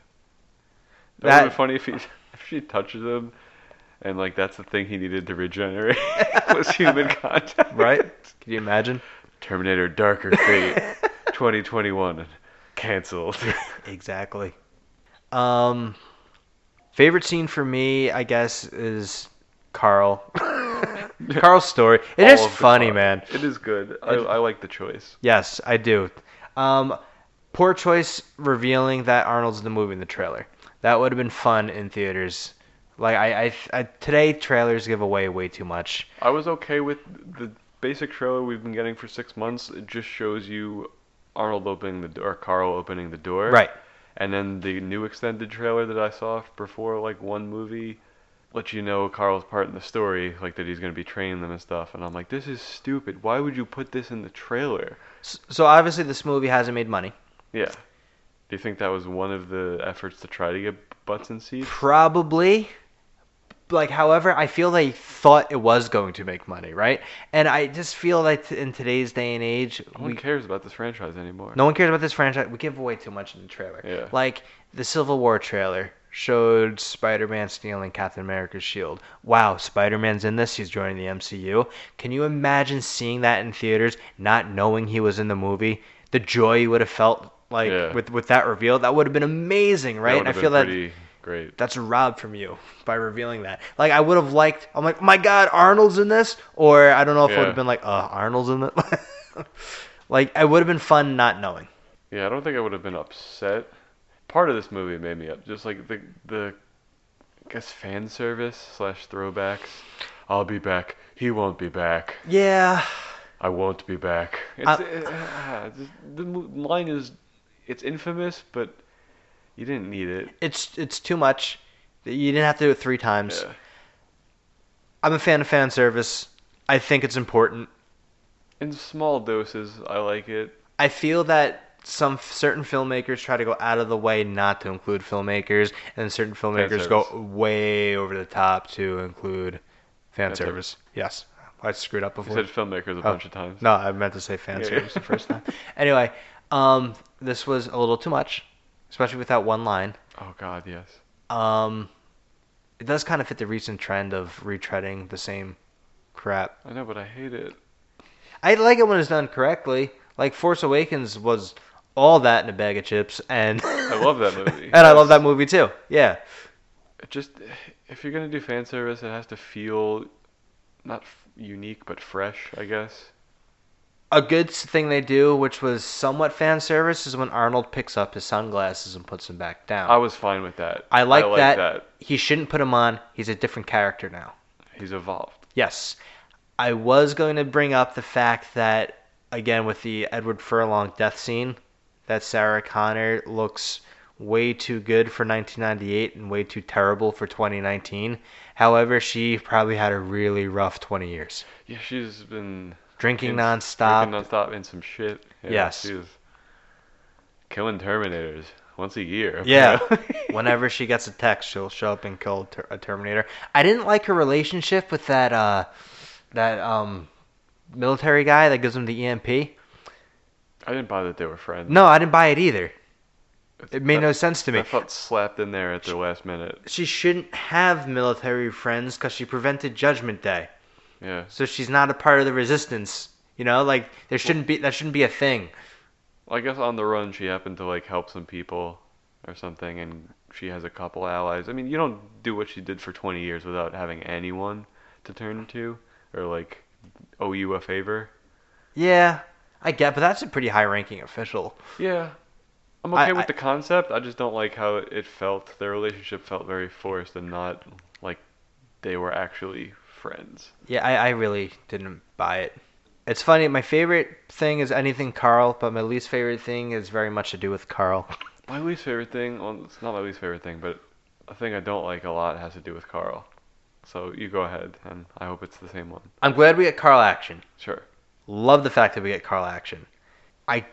S1: That, would
S2: That-
S1: be funny if he if she touches him, and like that's the thing he needed to regenerate was human contact.
S2: right can you imagine
S1: Terminator Darker Fate, 2021, canceled.
S2: exactly um favorite scene for me i guess is carl carl's story It
S1: All
S2: is
S1: of the
S2: funny
S1: time.
S2: man
S1: It is good. I, I like the choice.
S2: Yes, I do. Um, poor choice revealing that Arnold's in the movie in the trailer. That would have been fun in theaters. Like I, I, I today trailers give away way too much.
S1: I was okay with the basic trailer we've been getting for six months. It just shows you Arnold opening the door, Carl opening the door,
S2: Right.
S1: And then the new extended trailer that I saw before, like one movie, lets you know Carl's part in the story, like that he's going to be training them and stuff. And I'm like, this is stupid. Why would you put this in the trailer?
S2: S- So obviously this movie hasn't made money.
S1: Yeah. Do you think that was one of the efforts to try to get butts in seats?
S2: Probably. Like, however, I feel they thought it was going to make money, right? And I just feel like in today's day and age,
S1: No one cares about this franchise anymore.
S2: Mm. No one cares about this franchise. We give away too much in the trailer.
S1: Yeah.
S2: Like the Civil War trailer showed Spider-Man stealing Captain America's shield. Wow, Spider-Man's in this. He's joining the MCU. Can you imagine seeing that in theaters, not knowing he was in the movie? The joy you would have felt like
S1: Yeah.
S2: with with that reveal. That would have been amazing, right? And I
S1: would've
S2: feel
S1: been
S2: that
S1: pretty great.
S2: that's robbed from you by revealing that. Like I would have liked. I'm like, my God, Arnold's in this, or I don't know if I would
S1: Yeah.
S2: have been like, uh, Arnold's in it. like it would have been fun not knowing.
S1: Yeah, I don't think I would have been upset. Part of this movie made me up, just like the the I guess fan service slash throwbacks. I'll be back. He won't be back.
S2: Yeah,
S1: I won't be back. It's, uh, just- the mo- line is it's infamous, but you didn't need it.
S2: it's it's too much. You didn't have to do it three times.
S1: Yeah.
S2: I'm a fan of fan service. I think it's important.
S1: In small doses, I like it.
S2: I feel that some f- certain filmmakers try to go out of the way not to include filmmakers, and certain filmmakers go
S1: service.
S2: way over the top to include fan,
S1: Fan
S2: service.
S1: service.
S2: Yes, I screwed up
S1: You
S2: before. Oh.
S1: said filmmakers a bunch of times.
S2: No, I meant to say fan
S1: Yeah, yeah.
S2: service the first time. Anyway, um, this was a little too much, especially with that one line.
S1: Oh God, yes.
S2: Um, it does kind of fit the recent trend of retreading the same crap.
S1: I know, but I hate it.
S2: I like it when it's done correctly. Like Force Awakens was all that in a bag of chips, and I
S1: love that movie.
S2: and I love that movie too. Yeah,
S1: It just if you're gonna do fan service, it has to feel not f- unique but fresh, I guess.
S2: a good thing they do, which was somewhat fan service, is when Arnold picks up his sunglasses and puts them back down.
S1: I was fine with that.
S2: I like,
S1: like
S2: that.
S1: that.
S2: He shouldn't put them on. He's a different character now.
S1: He's evolved.
S2: Yes, I was going to bring up the fact that again with the Edward Furlong death scene, that Sarah Connor looks way too good for 1998 and way too terrible for 2019. However, she probably had a really rough 20 years,
S1: Yeah, she's been
S2: drinking
S1: in-
S2: nonstop.
S1: drinking nonstop in some shit. Yeah,
S2: Yes.
S1: she's killing Terminators once a year.
S2: yeah.
S1: apparently.
S2: Whenever she gets a text, she'll show up and kill ter- a Terminator. I didn't like her relationship with that uh, that um, military guy that gives him the E EMP.
S1: I didn't bother that they were friends.
S2: No, I didn't buy it either. It made
S1: That-
S2: no sense to me.
S1: I felt slapped in there at the last minute.
S2: she shouldn't have military friends because she prevented Judgment Day,
S1: Yeah,
S2: so she's not a part of the resistance. You know, like there shouldn't be that shouldn't be a thing.
S1: Well, I guess on the run she happened to like help some people or something, and she has a couple allies. I mean, you don't do what she did for 20 years without having anyone to turn to or like owe you a favor.
S2: Yeah, I get, but that's a pretty high-ranking official.
S1: Yeah. I'm
S2: I-
S1: okay with the
S2: I-
S1: concept. I just don't like how it it felt. Their relationship felt very forced and not like they were actually friends.
S2: Yeah, I, I really didn't buy it. It's funny. My favorite thing is anything Carl, but my least favorite thing is very much to do with Carl.
S1: My least favorite thing, well, it's not my least favorite thing, but a thing I don't like a lot has to do with Carl. So you go ahead, and I hope it's the same one.
S2: I'm glad we get Carl action.
S1: Sure.
S2: Love the fact that we get Carl action. I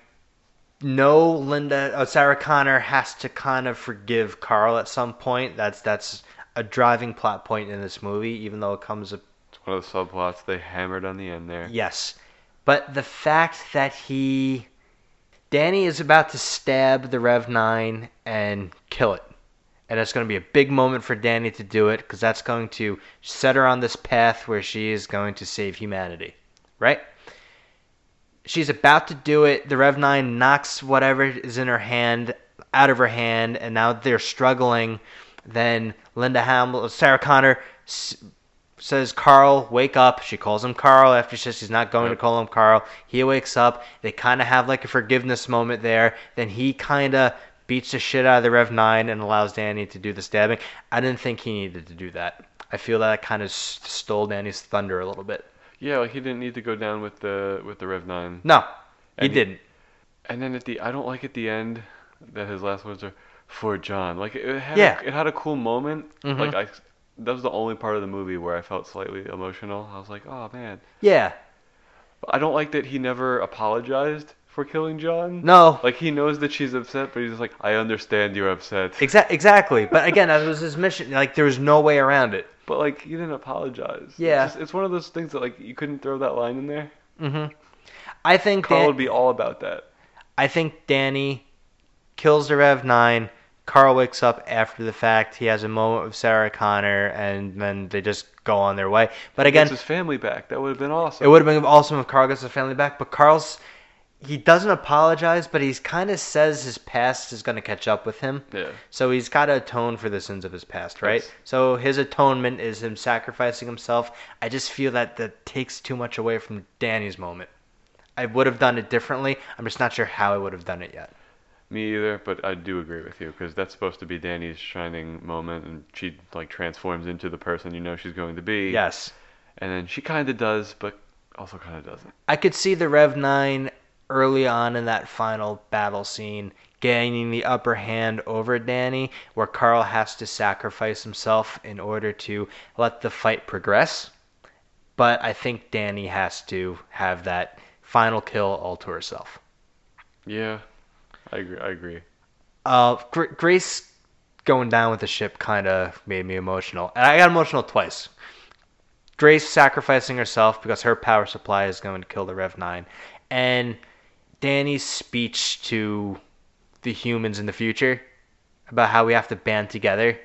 S2: know Linda uh, Sarah Connor has to kind of forgive Carl at some point. That's that's a driving plot point in this movie, even though it comes. Up,
S1: It's one of the subplots they hammered on the end there.
S2: yes, but the fact that he Danny is about to stab the Rev Nine and kill it, and it's going to be a big moment for Danny to do it because that's going to set her on this path where she is going to save humanity, right? she's about to do it. The Rev Nine knocks whatever is in her hand out of her hand, and now they're struggling. Then Linda Hamel, Sarah Connor s- says, "Carl, wake up." She calls him Carl after she says she's not going
S1: Yep.
S2: to call him Carl. He wakes up. They kind of have like a forgiveness moment there. Then he kind of beats the shit out of the Rev Nine and allows Danny to do the stabbing. I didn't think he needed to do that. I feel that kind of s- stole Danny's thunder a little bit.
S1: Yeah, like he didn't need to go down with the with the Rev Nine.
S2: No, he
S1: And he-
S2: didn't.
S1: And then at the I don't like at the end that his last words are for John. Like it had
S2: Yeah.
S1: a, it had a cool moment.
S2: Mhm.
S1: Like I that was the only part of the movie where I felt slightly emotional. I was like, "Oh man."
S2: Yeah,
S1: But I don't like that he never apologized for killing John.
S2: no.
S1: Like he knows that she's upset, but he's just like, "I understand you're upset."
S2: Exa- exactly. But again, that was his mission. Like, there was no way around it.
S1: But like he didn't apologize.
S2: Yeah.
S1: It's, just- it's one of those things that like you couldn't throw that line in there.
S2: Mm-hmm. I think
S1: Carl
S2: Dan-
S1: would be all about that.
S2: I think Danny kills the Rev Nine. Carl wakes up after the fact. He has a moment with Sarah Connor, and then they just go on their way. But
S1: He gets
S2: again,
S1: his family back. That would have been awesome.
S2: it would have been awesome if Carl gets the family back. But Carl's he doesn't apologize, but he's kind of says his past is going to catch up with him.
S1: Yeah.
S2: So he's got to atone for the sins of his past, right?
S1: Yes.
S2: So his atonement is him sacrificing himself. I just feel that that takes too much away from Danny's moment. I would have done it differently. I'm just not sure how I would have done it yet.
S1: Me either, but I do agree with you because that's supposed to be Danny's shining moment, and she like transforms into the person you know she's going to be.
S2: Yes.
S1: And then she kind of does, but also kind of doesn't.
S2: I could see the Rev 9 early on in that final battle scene gaining the upper hand over Danny, where Carl has to sacrifice himself in order to let the fight progress. But I think Danny has to have that final kill all to herself.
S1: Yeah, I agree. I agree.
S2: Uh, Gr- Grace going down with the ship kind of made me emotional. And I got emotional twice. Grace sacrificing herself because her power supply is going to kill the Rev 9. And Danny's speech to the humans in the future about how we have to band together.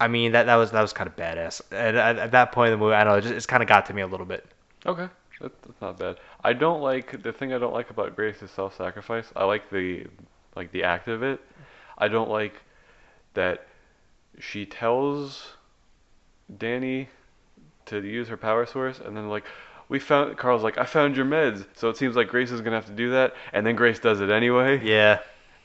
S2: I mean that that was that was kind of badass. And at, at that point in the movie, I don't know, it just, it's kind of got to me a little bit.
S1: Okay, that, that's not bad. I don't like the thing I don't like about Grace is self-sacrifice. I like the like the act of it. I don't like that she tells Danny to use her power source, and then like we found Carl's like I found your meds, so it seems like Grace is gonna have to do that, and then Grace does it anyway.
S2: Yeah.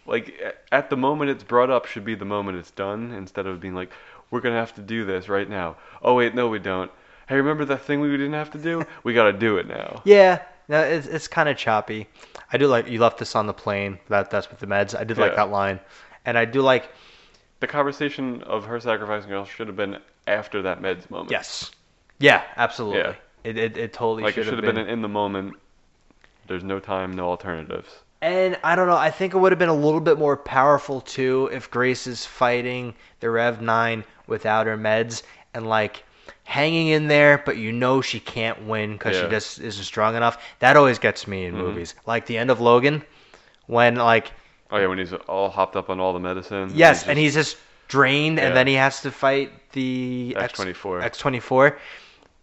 S1: Like a- at the moment it's brought up should be the moment it's done instead of being like we're gonna have to do this right now. Oh wait, no we don't. Hey, remember that thing we didn't have to do? We gotta do it now.
S2: Yeah, no, it's it's kind of choppy. I do like you left this on the plane. That that's with the meds. I did like
S1: Yeah.
S2: that line, and I do like
S1: The conversation of her sacrificing herself should have been after that meds moment.
S2: yes, yeah, absolutely.
S1: Yeah.
S2: It, it it totally
S1: like it
S2: should have been.
S1: been, an in the moment. There's no time, no alternatives.
S2: and I don't know. I think it would have been a little bit more powerful too if Grace is fighting the Rev Nine without her meds and like hanging in there, but you know she can't win because she
S1: Yeah. Mm-hmm.
S2: just isn't strong enough. That always gets me in movies, like the end of Logan, when like
S1: Oh yeah, when he's all hopped up on all the medicine.
S2: Yes, and he's just drained,
S1: Mm-hmm. Yeah.
S2: and then he has to fight the
S1: X-24.
S2: X twenty four.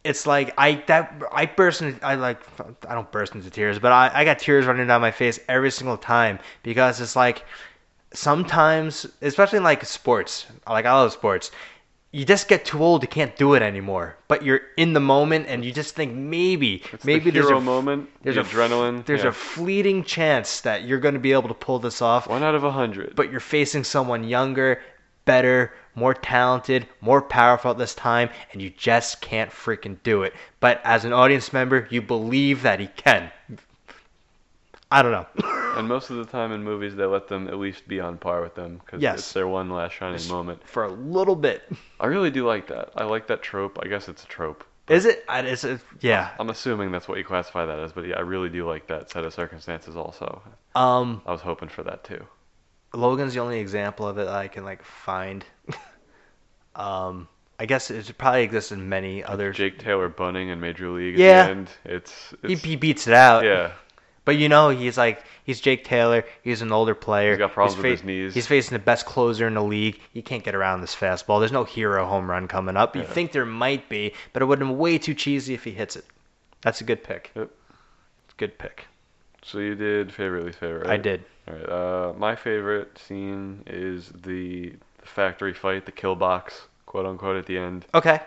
S2: It's like I that I burst into I like I don't burst into tears, but I, I got tears running down my face every single time because it's like sometimes, especially in like sports, like I love sports. You just get too old; you can't do it anymore. But you're in the moment, and you just think maybe,
S1: It's the
S2: maybe there's
S1: hero
S2: a
S1: moment,
S2: there's
S1: the
S2: a f-
S1: adrenaline,
S2: there's
S1: yeah.
S2: a fleeting chance that you're going to be able to pull this off
S1: one out of a hundred.
S2: but you're facing someone younger, better, more talented, more powerful at this time, and you just can't freaking do it. But as an audience member, you believe that he can. I don't know.
S1: and most of the time in movies, they let them at least be on par with them because
S2: Yes.
S1: it's their one last shining moment.
S2: For a little bit.
S1: I really do like that. I like that trope. I guess it's a trope.
S2: Is it? I- Is it? Yeah.
S1: I'm assuming that's what you classify that as, but yeah, I really do like that set of circumstances. Also,
S2: Um,
S1: I was hoping for that too.
S2: Logan's the only example of it I can like find. um, I guess it probably exists in many other.
S1: Jake Taylor bunning in Major League.
S2: Yeah.
S1: At the end. It's,
S2: He,
S1: it's
S2: he beats it out.
S1: yeah.
S2: But you know, he's like he's Jake Taylor. He's an older player.
S1: He's got problems with
S2: fa-
S1: his knees.
S2: He's facing the best closer in the league. He can't get around this fastball. There's no hero home run coming up. You
S1: Yeah.
S2: think there might be, but it would have been way too cheesy if he hits it. That's a good pick.
S1: Yep.
S2: It's a good pick.
S1: So you did favorite, least favorite.
S2: I
S1: right?
S2: did.
S1: All right. Uh, my favorite scene is the factory fight, the kill box, quote unquote, at the end.
S2: Okay.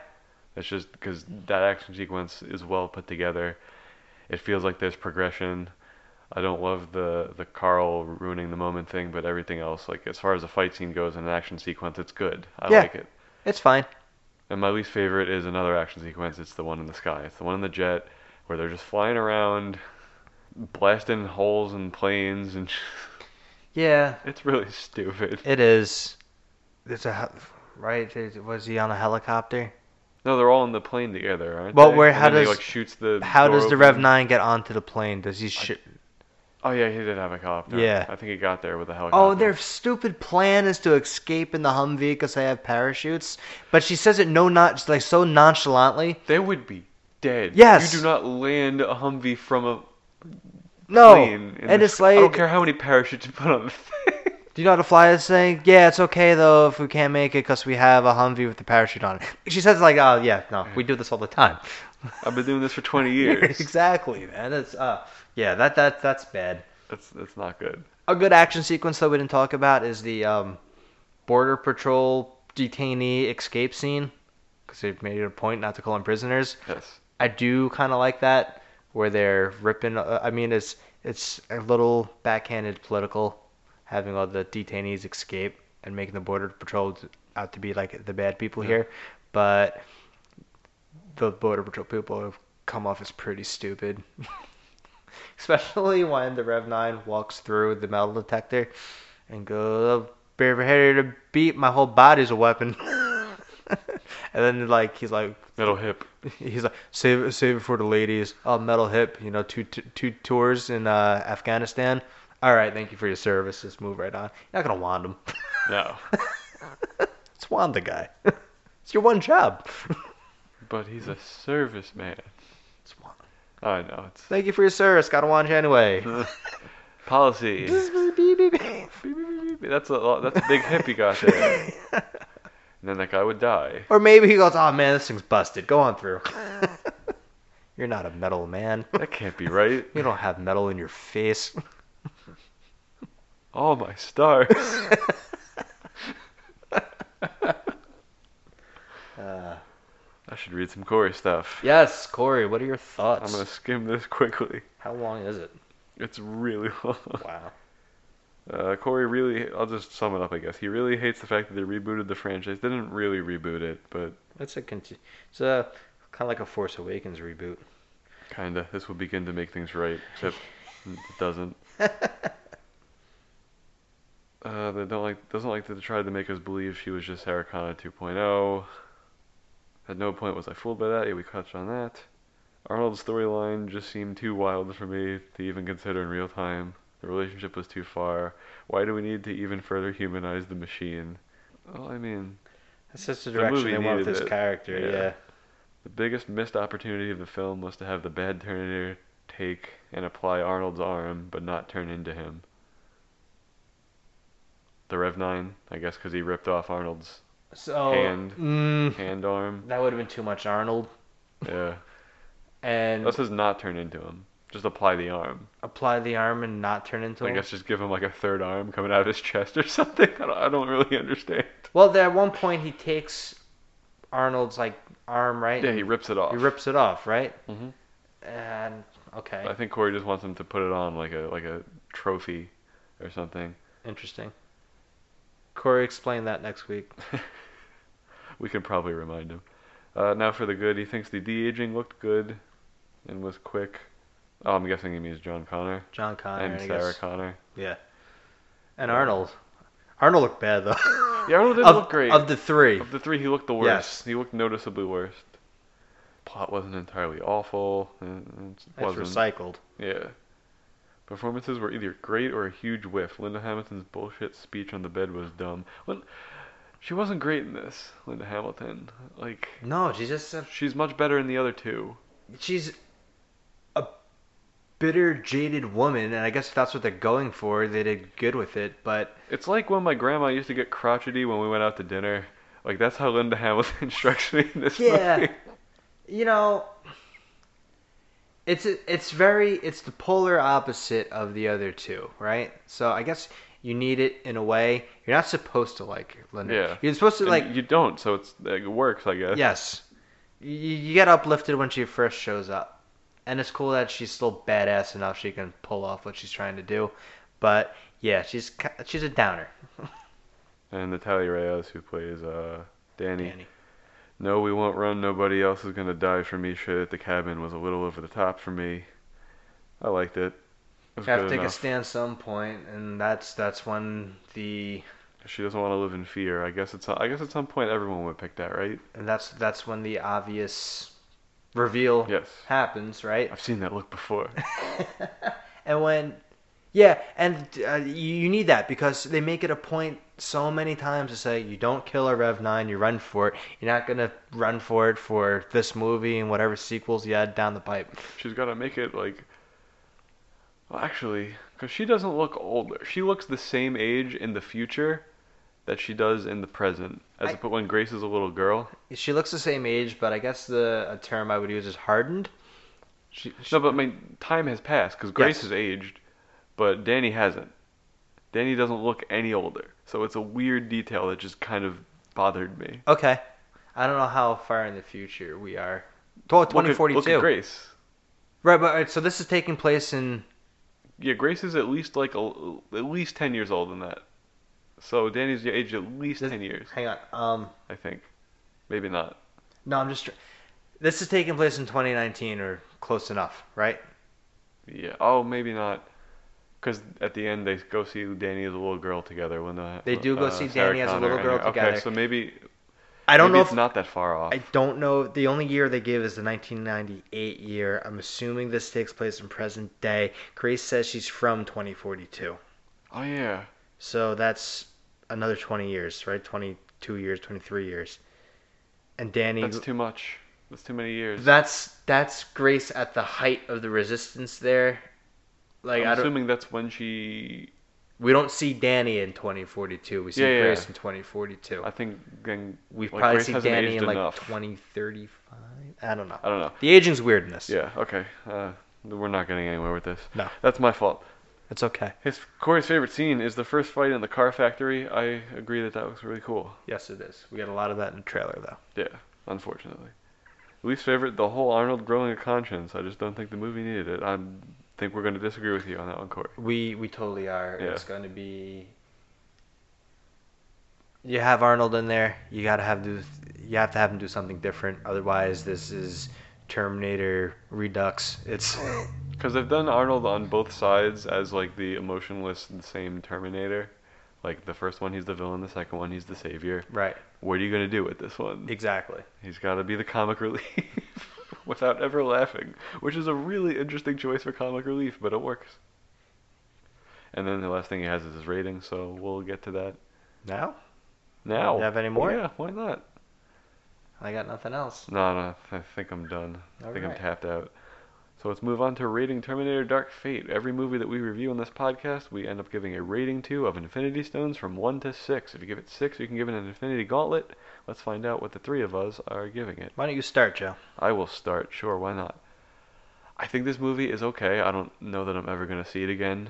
S1: It's just because that action sequence is well put together. It feels like there's progression. I don't love the the Carl ruining the moment thing, but everything else, like as far as a fight scene goes and an action sequence, it's good. I
S2: Yeah.
S1: like it.
S2: It's fine.
S1: And my least favorite is another action sequence. It's the one in the sky. It's the one in the jet where they're just flying around, blasting holes in planes, and
S2: Yeah,
S1: it's really stupid.
S2: it is. It's a hel- right. there's- Was he on a helicopter?
S1: No, they're all in the plane together, aren't
S2: Well,
S1: they?
S2: where-
S1: And
S2: how
S1: then he,
S2: does-
S1: like shoots the
S2: How
S1: door
S2: does the
S1: open.
S2: Rev Nine get onto the plane? Does he shoot?
S1: Oh yeah, he did have a helicopter.
S2: Yeah.
S1: I think he got there with a helicopter.
S2: Oh, their stupid plan is to escape in the Humvee because they have parachutes. But she says it no, not like so nonchalantly.
S1: They would be dead.
S2: Yes.
S1: You do not land a Humvee from a
S2: No,
S1: plane. in
S2: and
S1: the
S2: it's
S1: sky. I don't
S2: like
S1: care how many parachutes you put on the thing.
S2: Do you know how to fly this thing? Yeah, it's okay though if we can't make it because we have a Humvee with a parachute on it. She says like, oh yeah, no, we do this all the time.
S1: I've been doing this for 20 years.
S2: exactly, man. That's uh, yeah, that that that's bad.
S1: That's that's not good.
S2: A good action sequence that we didn't talk about is the um, border patrol detainee escape scene because they've made it a point not to call them prisoners.
S1: Yes.
S2: I do kind of like that where they're ripping. Uh, I mean, it's it's a little backhanded political, having all the detainees escape and making the border patrol out to be like the bad people here, but the border patrol people have come off as pretty stupid. Especially when the Rev 9 walks through the metal detector and goes, Bear here to beat, my whole body's a weapon. and then, like, he's like,
S1: Metal hip.
S2: He's like, save it, save it for the ladies. Oh, metal hip. You know, two two, two tours in uh, Afghanistan. All right, thank you for your service. Just move right on. You're not gonna wand him.
S1: No.
S2: It's wand the guy. it's your one job.
S1: But he's a serviceman.
S2: It's wand.
S1: I know. It's
S2: Thank you for your service. Gotta wand you anyway.
S1: policy.
S2: Beep, beep, beep.
S1: Beep, beep, beep, beep. that's a lot, that's a big hip you got there. And then that guy would die.
S2: or maybe he goes, oh man, this thing's busted. Go on through. You're not a metal man.
S1: That can't be right.
S2: You don't have metal in your face.
S1: Oh my stars.
S2: Uh,
S1: I should read some Corey stuff.
S2: yes, Corey. What are your
S1: I'm
S2: thoughts?
S1: gonna skim this quickly.
S2: How long is it?
S1: It's really long.
S2: Wow.
S1: Uh, Corey really, I'll just sum it up, I guess. He really hates the fact that they rebooted the franchise. They didn't really reboot it, but
S2: That's a conti- it's a kind of like a Force Awakens reboot.
S1: kinda. This will begin to make things right, except it doesn't. Uh, they don't like doesn't like that they tried to make us believe she was just Sarah Connor 2.0. At no point was I fooled by that. Yeah, we touched on that. Arnold's storyline just seemed too wild for me to even consider in real time. The relationship was too far. Why do we need to even further humanize the machine? Well, I mean,
S2: That's just the
S1: The
S2: direction
S1: movie
S2: they went with
S1: needed
S2: this
S1: it.
S2: character.
S1: Yeah.
S2: Yeah.
S1: The biggest missed opportunity of the film was to have the bad Terminator take and apply Arnold's arm, but not turn into him. The Rev 9, I guess, because he ripped off Arnold's
S2: So
S1: Hand.
S2: mm,
S1: hand arm.
S2: that would have been too much Arnold.
S1: Yeah.
S2: And
S1: Let's just not turn into him. Just apply the arm.
S2: apply the arm and not turn into
S1: I
S2: him.
S1: guess just give him like a third arm coming out of his chest or something. I don't, I don't really understand.
S2: Well, there at one point he takes Arnold's like arm, right?
S1: Yeah, he rips it off.
S2: He rips it off, right?
S1: Mhm.
S2: And okay,
S1: I think Corey just wants him to put it on like a like a trophy or something.
S2: interesting. Corey, explain that next week.
S1: We can probably remind him. Uh, now for the good, he thinks the de aging looked good and was quick. Oh, I'm guessing he means John Connor
S2: John Connor
S1: and
S2: I
S1: Sarah
S2: guess.
S1: Connor.
S2: Yeah. And Arnold. Arnold looked bad though.
S1: Yeah, Arnold didn't
S2: of,
S1: look great.
S2: Of the three.
S1: Of the three, he looked the worst.
S2: Yes.
S1: He looked noticeably worst. Plot wasn't entirely awful. and It
S2: That's
S1: wasn't.
S2: recycled.
S1: Yeah. Performances were either great or a huge whiff. Linda Hamilton's bullshit speech on the bed was dumb. Lin- she wasn't great in this, Linda Hamilton. Like,
S2: No, she's just a,
S1: she's much better in the other two.
S2: she's a bitter, jaded woman, and I guess if that's what they're going for, they did good with it. But
S1: It's like when my grandma used to get crotchety when we went out to dinner. Like, that's how Linda Hamilton strikes me in this
S2: Yeah.
S1: movie.
S2: you know, it's it's very it's the polar opposite of the other two, right? So I guess you need it in a way. You're not supposed to like Linda.
S1: Yeah.
S2: You're supposed to
S1: And
S2: like
S1: you don't, so it's like, it works, I guess.
S2: Yes. You, you get uplifted when she first shows up. And it's cool that she's still badass enough she can pull off what she's trying to do. But yeah, she's ki- she's a downer.
S1: And Natalia Reyes, who plays uh, Danny. No, we won't run. Nobody else is gonna die for me. Shit at the cabin was a little over the top for me. I liked it. It was
S2: You have to
S1: good
S2: take a
S1: enough.
S2: stand some point, and that's that's when the
S1: She doesn't want to live in fear. I guess it's. I guess at some point everyone would pick that, right?
S2: and that's that's when the obvious reveal
S1: Yes.
S2: happens, right?
S1: I've seen that look before.
S2: and when yeah and uh, you, you need that because they make it a point so many times to say you don't kill a rev 9 you run for it you're not going to run for it for this movie and whatever sequels you had down the pipe
S1: She's gotta make it like. Well, actually, 'cause Because she doesn't look older. She looks the same age in the future that she does in the present. As
S2: I-
S1: oppo- when Grace is a little girl.
S2: She looks the same age, but I guess the a term I would use is hardened.
S1: She, no, but I mean, time has passed because Grace
S2: Yes.
S1: has aged, but Danny hasn't. Danny doesn't look any older. So it's a weird detail that just kind of bothered me.
S2: Okay. I don't know how far in the future we are. Well,
S1: Look at-
S2: 2042.
S1: Look at Grace.
S2: Right, but all right, so this is taking place in.
S1: Yeah, Grace is at least like a, at least ten years old than that. So Danny's aged at least
S2: This-
S1: ten years,
S2: Hang on. Um,
S1: I think. Maybe not.
S2: no, I'm just. tr- This is taking place in 2019 or close enough, right?
S1: Yeah. Oh, maybe not. Because at the end they go see Danny as a little girl together when the
S2: They do go
S1: uh,
S2: see
S1: Sarah
S2: Danny as a
S1: Connor
S2: little
S1: and
S2: girl
S1: her-
S2: together.
S1: Okay, so maybe
S2: I don't
S1: maybe
S2: know
S1: it's
S2: if
S1: not that far off.
S2: I don't know. The only year they give is the 1998 year. I'm assuming this takes place in present day. Grace says she's from 2042.
S1: Oh yeah.
S2: So that's another 20 years, right? 22 years, 23 years. And Danny
S1: That's too much. That's too many years.
S2: that's that's Grace at the height of the resistance there. Like
S1: I'm
S2: I don't
S1: assuming that's when she.
S2: we don't see Danny in 2042. We see
S1: Yeah, yeah.
S2: Grace in 2042.
S1: I think then
S2: We
S1: like,
S2: probably
S1: Grace
S2: see
S1: hasn't
S2: Danny
S1: aged
S2: in like
S1: enough.
S2: 2035. I don't know.
S1: I don't know.
S2: The aging's weirdness.
S1: Yeah. Okay. Uh, we're not getting anywhere with this.
S2: No.
S1: That's my fault.
S2: It's okay.
S1: His Corey's favorite scene is the first fight in the car factory. I agree that that looks really cool.
S2: Yes, it is. We got a lot of that in the trailer though.
S1: Yeah, unfortunately. Least favorite, the whole Arnold growing a conscience. I just don't think the movie needed it. I think we're going to disagree with you on that one, Corey.
S2: We we totally are.
S1: Yeah.
S2: It's going to be. You have Arnold in there. You gotta have do. You have to have him do something different. Otherwise, this is Terminator Redux. It's
S1: Because they've done Arnold on both sides as like the emotionless, the same Terminator. Like the first one, he's the villain. The second one, he's the savior.
S2: right.
S1: What are you going to do with this one?
S2: Exactly.
S1: He's got to be the comic relief without ever laughing, which is a really interesting choice for comic relief, but it works. And then the last thing he has is his rating, so we'll get to that
S2: Now
S1: now.
S2: You have any more?
S1: Yeah, why not?
S2: I got nothing else.
S1: No, no, I think I'm done. I think I'm
S2: Alright.
S1: tapped out. So let's move on to rating Terminator Dark Fate. Every movie that we review on this podcast, we end up giving a rating to of Infinity Stones from 1 to 6. If you give it 6, you can give it an Infinity Gauntlet. Let's find out what the three of us are giving it.
S2: Why don't you start, Joe?
S1: I will start. Sure, why not? I think this movie is okay. I don't know that I'm ever going to see it again.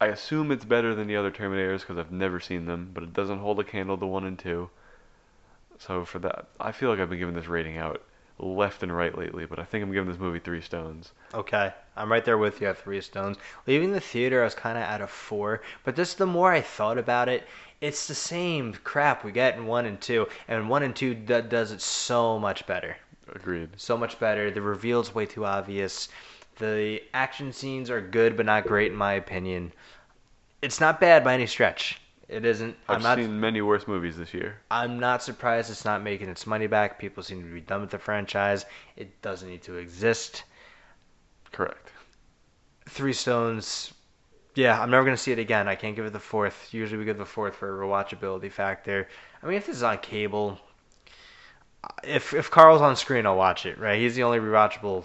S1: I assume it's better than the other Terminators because I've never seen them, but it doesn't hold a candle to one and two. So for that, I feel like I've been giving this rating out left and right lately, but I think I'm giving this movie three stones.
S2: Okay, I'm right there with you at three stones. Leaving the theater, I was kind of at a four, but just the more I thought about it, it's the same crap we get in one and two, and one and two d- does it so much better.
S1: Agreed.
S2: so much better. The reveal's way too obvious. The action scenes are good but not great in my opinion. It's not bad by any stretch. It isn't.
S1: I've
S2: I'm not.
S1: seen many worse movies this year.
S2: I'm not surprised it's not making its money back. People seem to be done with the franchise. It doesn't need to exist.
S1: Correct.
S2: Three Stones. Yeah, I'm never gonna see it again. I can't give it the fourth. Usually we give the fourth for a rewatchability factor. I mean, if this is on cable, uh, if if Carl's on screen, I'll watch it. Right, he's the only rewatchable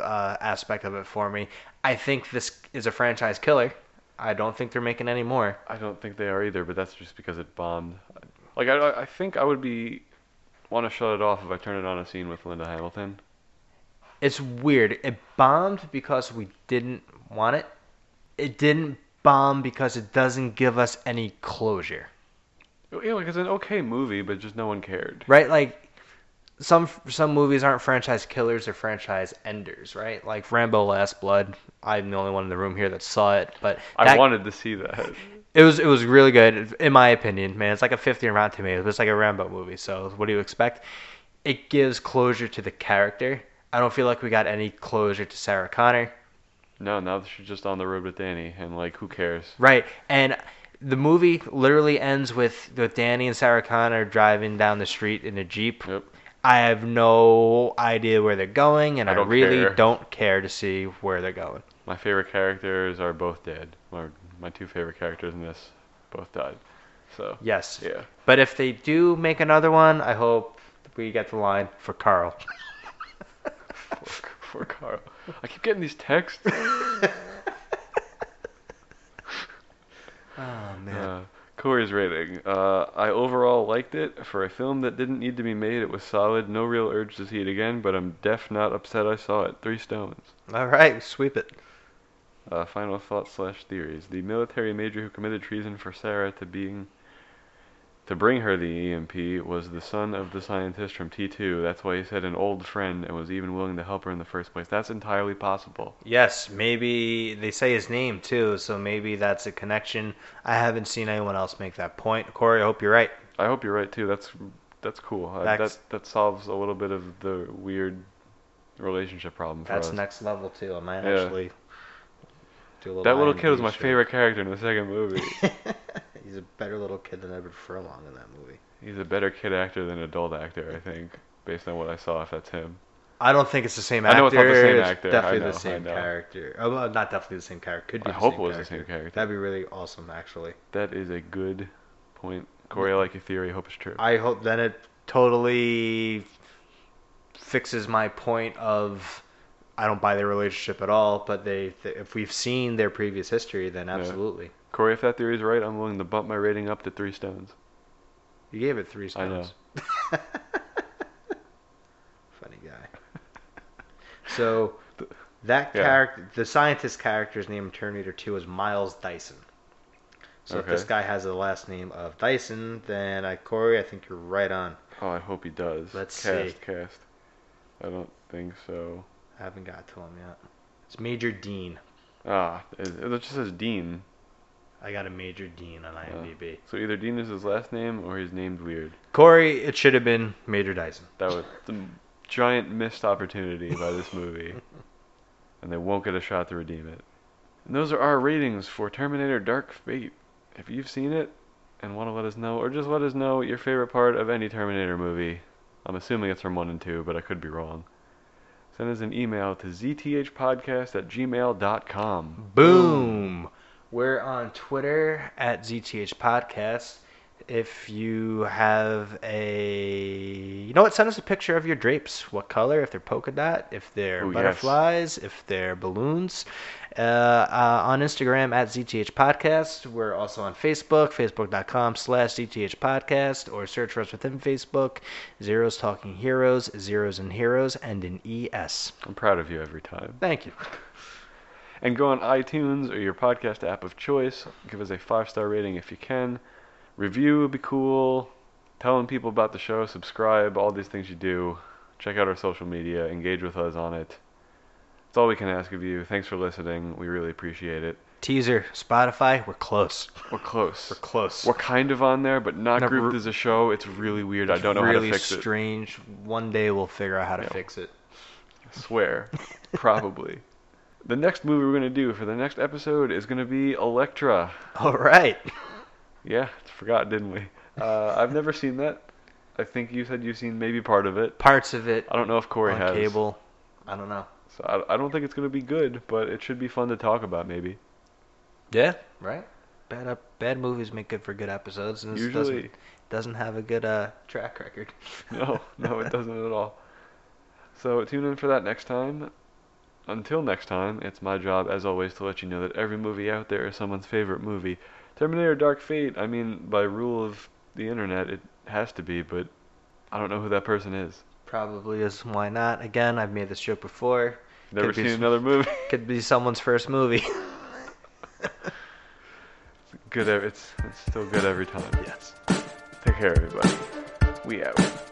S2: uh, aspect of it for me. I think this is a franchise killer. I don't think they're making any more.
S1: I don't think they are either, but that's just because it bombed. Like I, I think I would be want to shut it off if I turned it on a scene with Linda Hamilton.
S2: It's weird. It bombed because we didn't want it. It didn't bomb because it doesn't give us any closure.
S1: Yeah, like it's an okay movie, but just no one cared.
S2: right? Like some some movies aren't franchise killers or franchise enders, right? Like Rambo: Last Blood. I'm the only one in the room here that saw it, but
S1: I
S2: that-
S1: wanted to see that.
S2: it was it was really good in my opinion, man. It's like a 50 in Rotten Tomatoes, but it's like a Rambo movie. So what do you expect? It gives closure to the character. I don't feel like we got any closure to Sarah Connor,
S1: No, now she's just on the road with Danny, and like, who cares?
S2: right? And the movie literally ends with with Danny and Sarah Connor driving down the street in a jeep.
S1: Yep.
S2: I have no idea where they're going, and
S1: I
S2: I,
S1: don't
S2: really
S1: care.
S2: don't care to see where they're going.
S1: My favorite characters are both dead. My my two favorite characters in this both died. So
S2: Yes.
S1: yeah,
S2: But if they do make another one, I hope we get the line for Carl.
S1: for, for Carl. I keep getting these texts. Uh, Corey's rating. Uh, I overall liked it. For a film that didn't need to be made, it was solid. No real urge to see it again, but I'm def not upset I saw it. Three stones.
S2: Uh, All right, sweep it.
S1: Uh, final thoughts slash theories. The military major who committed treason for Sarah to being to bring her the EMP was the son of the scientist from T2. That's why he said an old friend and was even willing to help her in the first place. That's entirely possible.
S2: Yes, maybe they say his name too, so maybe that's a connection. I haven't seen anyone else make that point. Corey, I hope you're right.
S1: I hope you're right too. That's that's cool. Uh,
S2: That's-
S1: that that solves a little bit of the weird relationship problem for
S2: That's
S1: us.
S2: next level too. I might
S1: Yeah.
S2: actually do a little.
S1: that little
S2: IMDb
S1: kid was my
S2: shit.
S1: favorite character in the second movie.
S2: He's a better little kid than Edward Furlong in that movie.
S1: He's a better kid actor than adult actor, I think, based on what I saw. If that's him,
S2: I don't think it's the same actor.
S1: I know it's not the same actor. I
S2: Definitely
S1: know,
S2: the same
S1: I know.
S2: character. Oh, well, not definitely the same character. Could be.
S1: I
S2: the
S1: hope
S2: same
S1: it was the
S2: character.
S1: same character.
S2: That'd be really awesome, actually.
S1: That is a good point, Corey. I like your theory. I hope it's true.
S2: I hope then it totally fixes my point of I don't buy their relationship at all. But they, th- if we've seen their previous history, then
S1: Yeah.
S2: absolutely.
S1: Corey, if that theory is right, I'm willing to bump my rating up to three stones.
S2: You gave it three
S1: I know.
S2: stones. Funny guy. So that
S1: Yeah.
S2: character, the scientist character's name in Terminator 2 is Miles Dyson. So if this
S1: Okay.
S2: guy has the last name of Dyson, then I, Corey, I think you're right on.
S1: Oh, I hope he does.
S2: Let's
S1: cast,
S2: see.
S1: Cast. I don't think so.
S2: I haven't got to him yet. It's Major Dean.
S1: Ah, it, it just says Dean.
S2: I got a Major Dean on IMDb.
S1: So either Dean is his last name or he's named weird.
S2: Corey, it should have been Major Dyson.
S1: That was the giant missed opportunity by this movie, and they won't get a shot to redeem it. And those are our ratings for Terminator: Dark Fate. If you've seen it and want to let us know, or just let us know your favorite part of any Terminator movie, I'm assuming it's from one and two, but I could be wrong. Send us an email to zthpodcast at gmail.com.
S2: Boom. We're on Twitter at ZTH Podcast. If you have a, you know what, send us a picture of your drapes. What color? If they're polka dot, if they're
S1: Ooh, yes.
S2: butterflies, if they're balloons. Uh, uh, on Instagram at ZTH Podcast. We're also on Facebook, facebook.com slash ZTH Podcast, or search for us within Facebook. Zeros Talking Heroes, Zeros and Heroes, and an E ES.
S1: I'm proud of you every time.
S2: Thank you.
S1: and go on iTunes or your podcast app of choice. Give us a five star rating if you can. Review would be cool. Telling people about the show, subscribe, all these things you do. Check out our social media, engage with us on it. It's all we can ask of you. Thanks for listening. We really appreciate it.
S2: Teaser, Spotify, we're close.
S1: We're close.
S2: We're close.
S1: We're kind of on there, but not
S2: No,
S1: grouped
S2: we're-
S1: as a show. It's really weird. I
S2: It's
S1: don't know
S2: really
S1: how to fix it.
S2: strange. One day we'll figure out how to
S1: Yeah.
S2: fix it.
S1: Swear. Probably. the next movie we're going to do for the next episode is going to be Electra.
S2: All right.
S1: Yeah, forgot, didn't we? Uh, I've never seen that. I think you said you've seen maybe part of it.
S2: Parts of it
S1: I don't know if Corey
S2: on
S1: has.
S2: cable. I don't know.
S1: So I, I don't think it's going to be good, but it should be fun to talk about maybe.
S2: Yeah. Right. Bad up. Bad movies make good for good episodes, and this
S1: Usually,
S2: doesn't doesn't have a good uh, track record.
S1: no, no, it doesn't at all. So tune in for that next time. Until next time, it's my job, as always, to let you know that every movie out there is someone's favorite movie. Terminator Dark Fate, I mean, by rule of the internet, it has to be, but I don't know who that person is.
S2: Probably is why not. Again, I've made this joke before.
S1: Never
S2: Could be
S1: seen
S2: some-
S1: another movie.
S2: Could be someone's first movie.
S1: good, ev- it's, it's still good every time.
S2: yes.
S1: Take care, everybody. We out.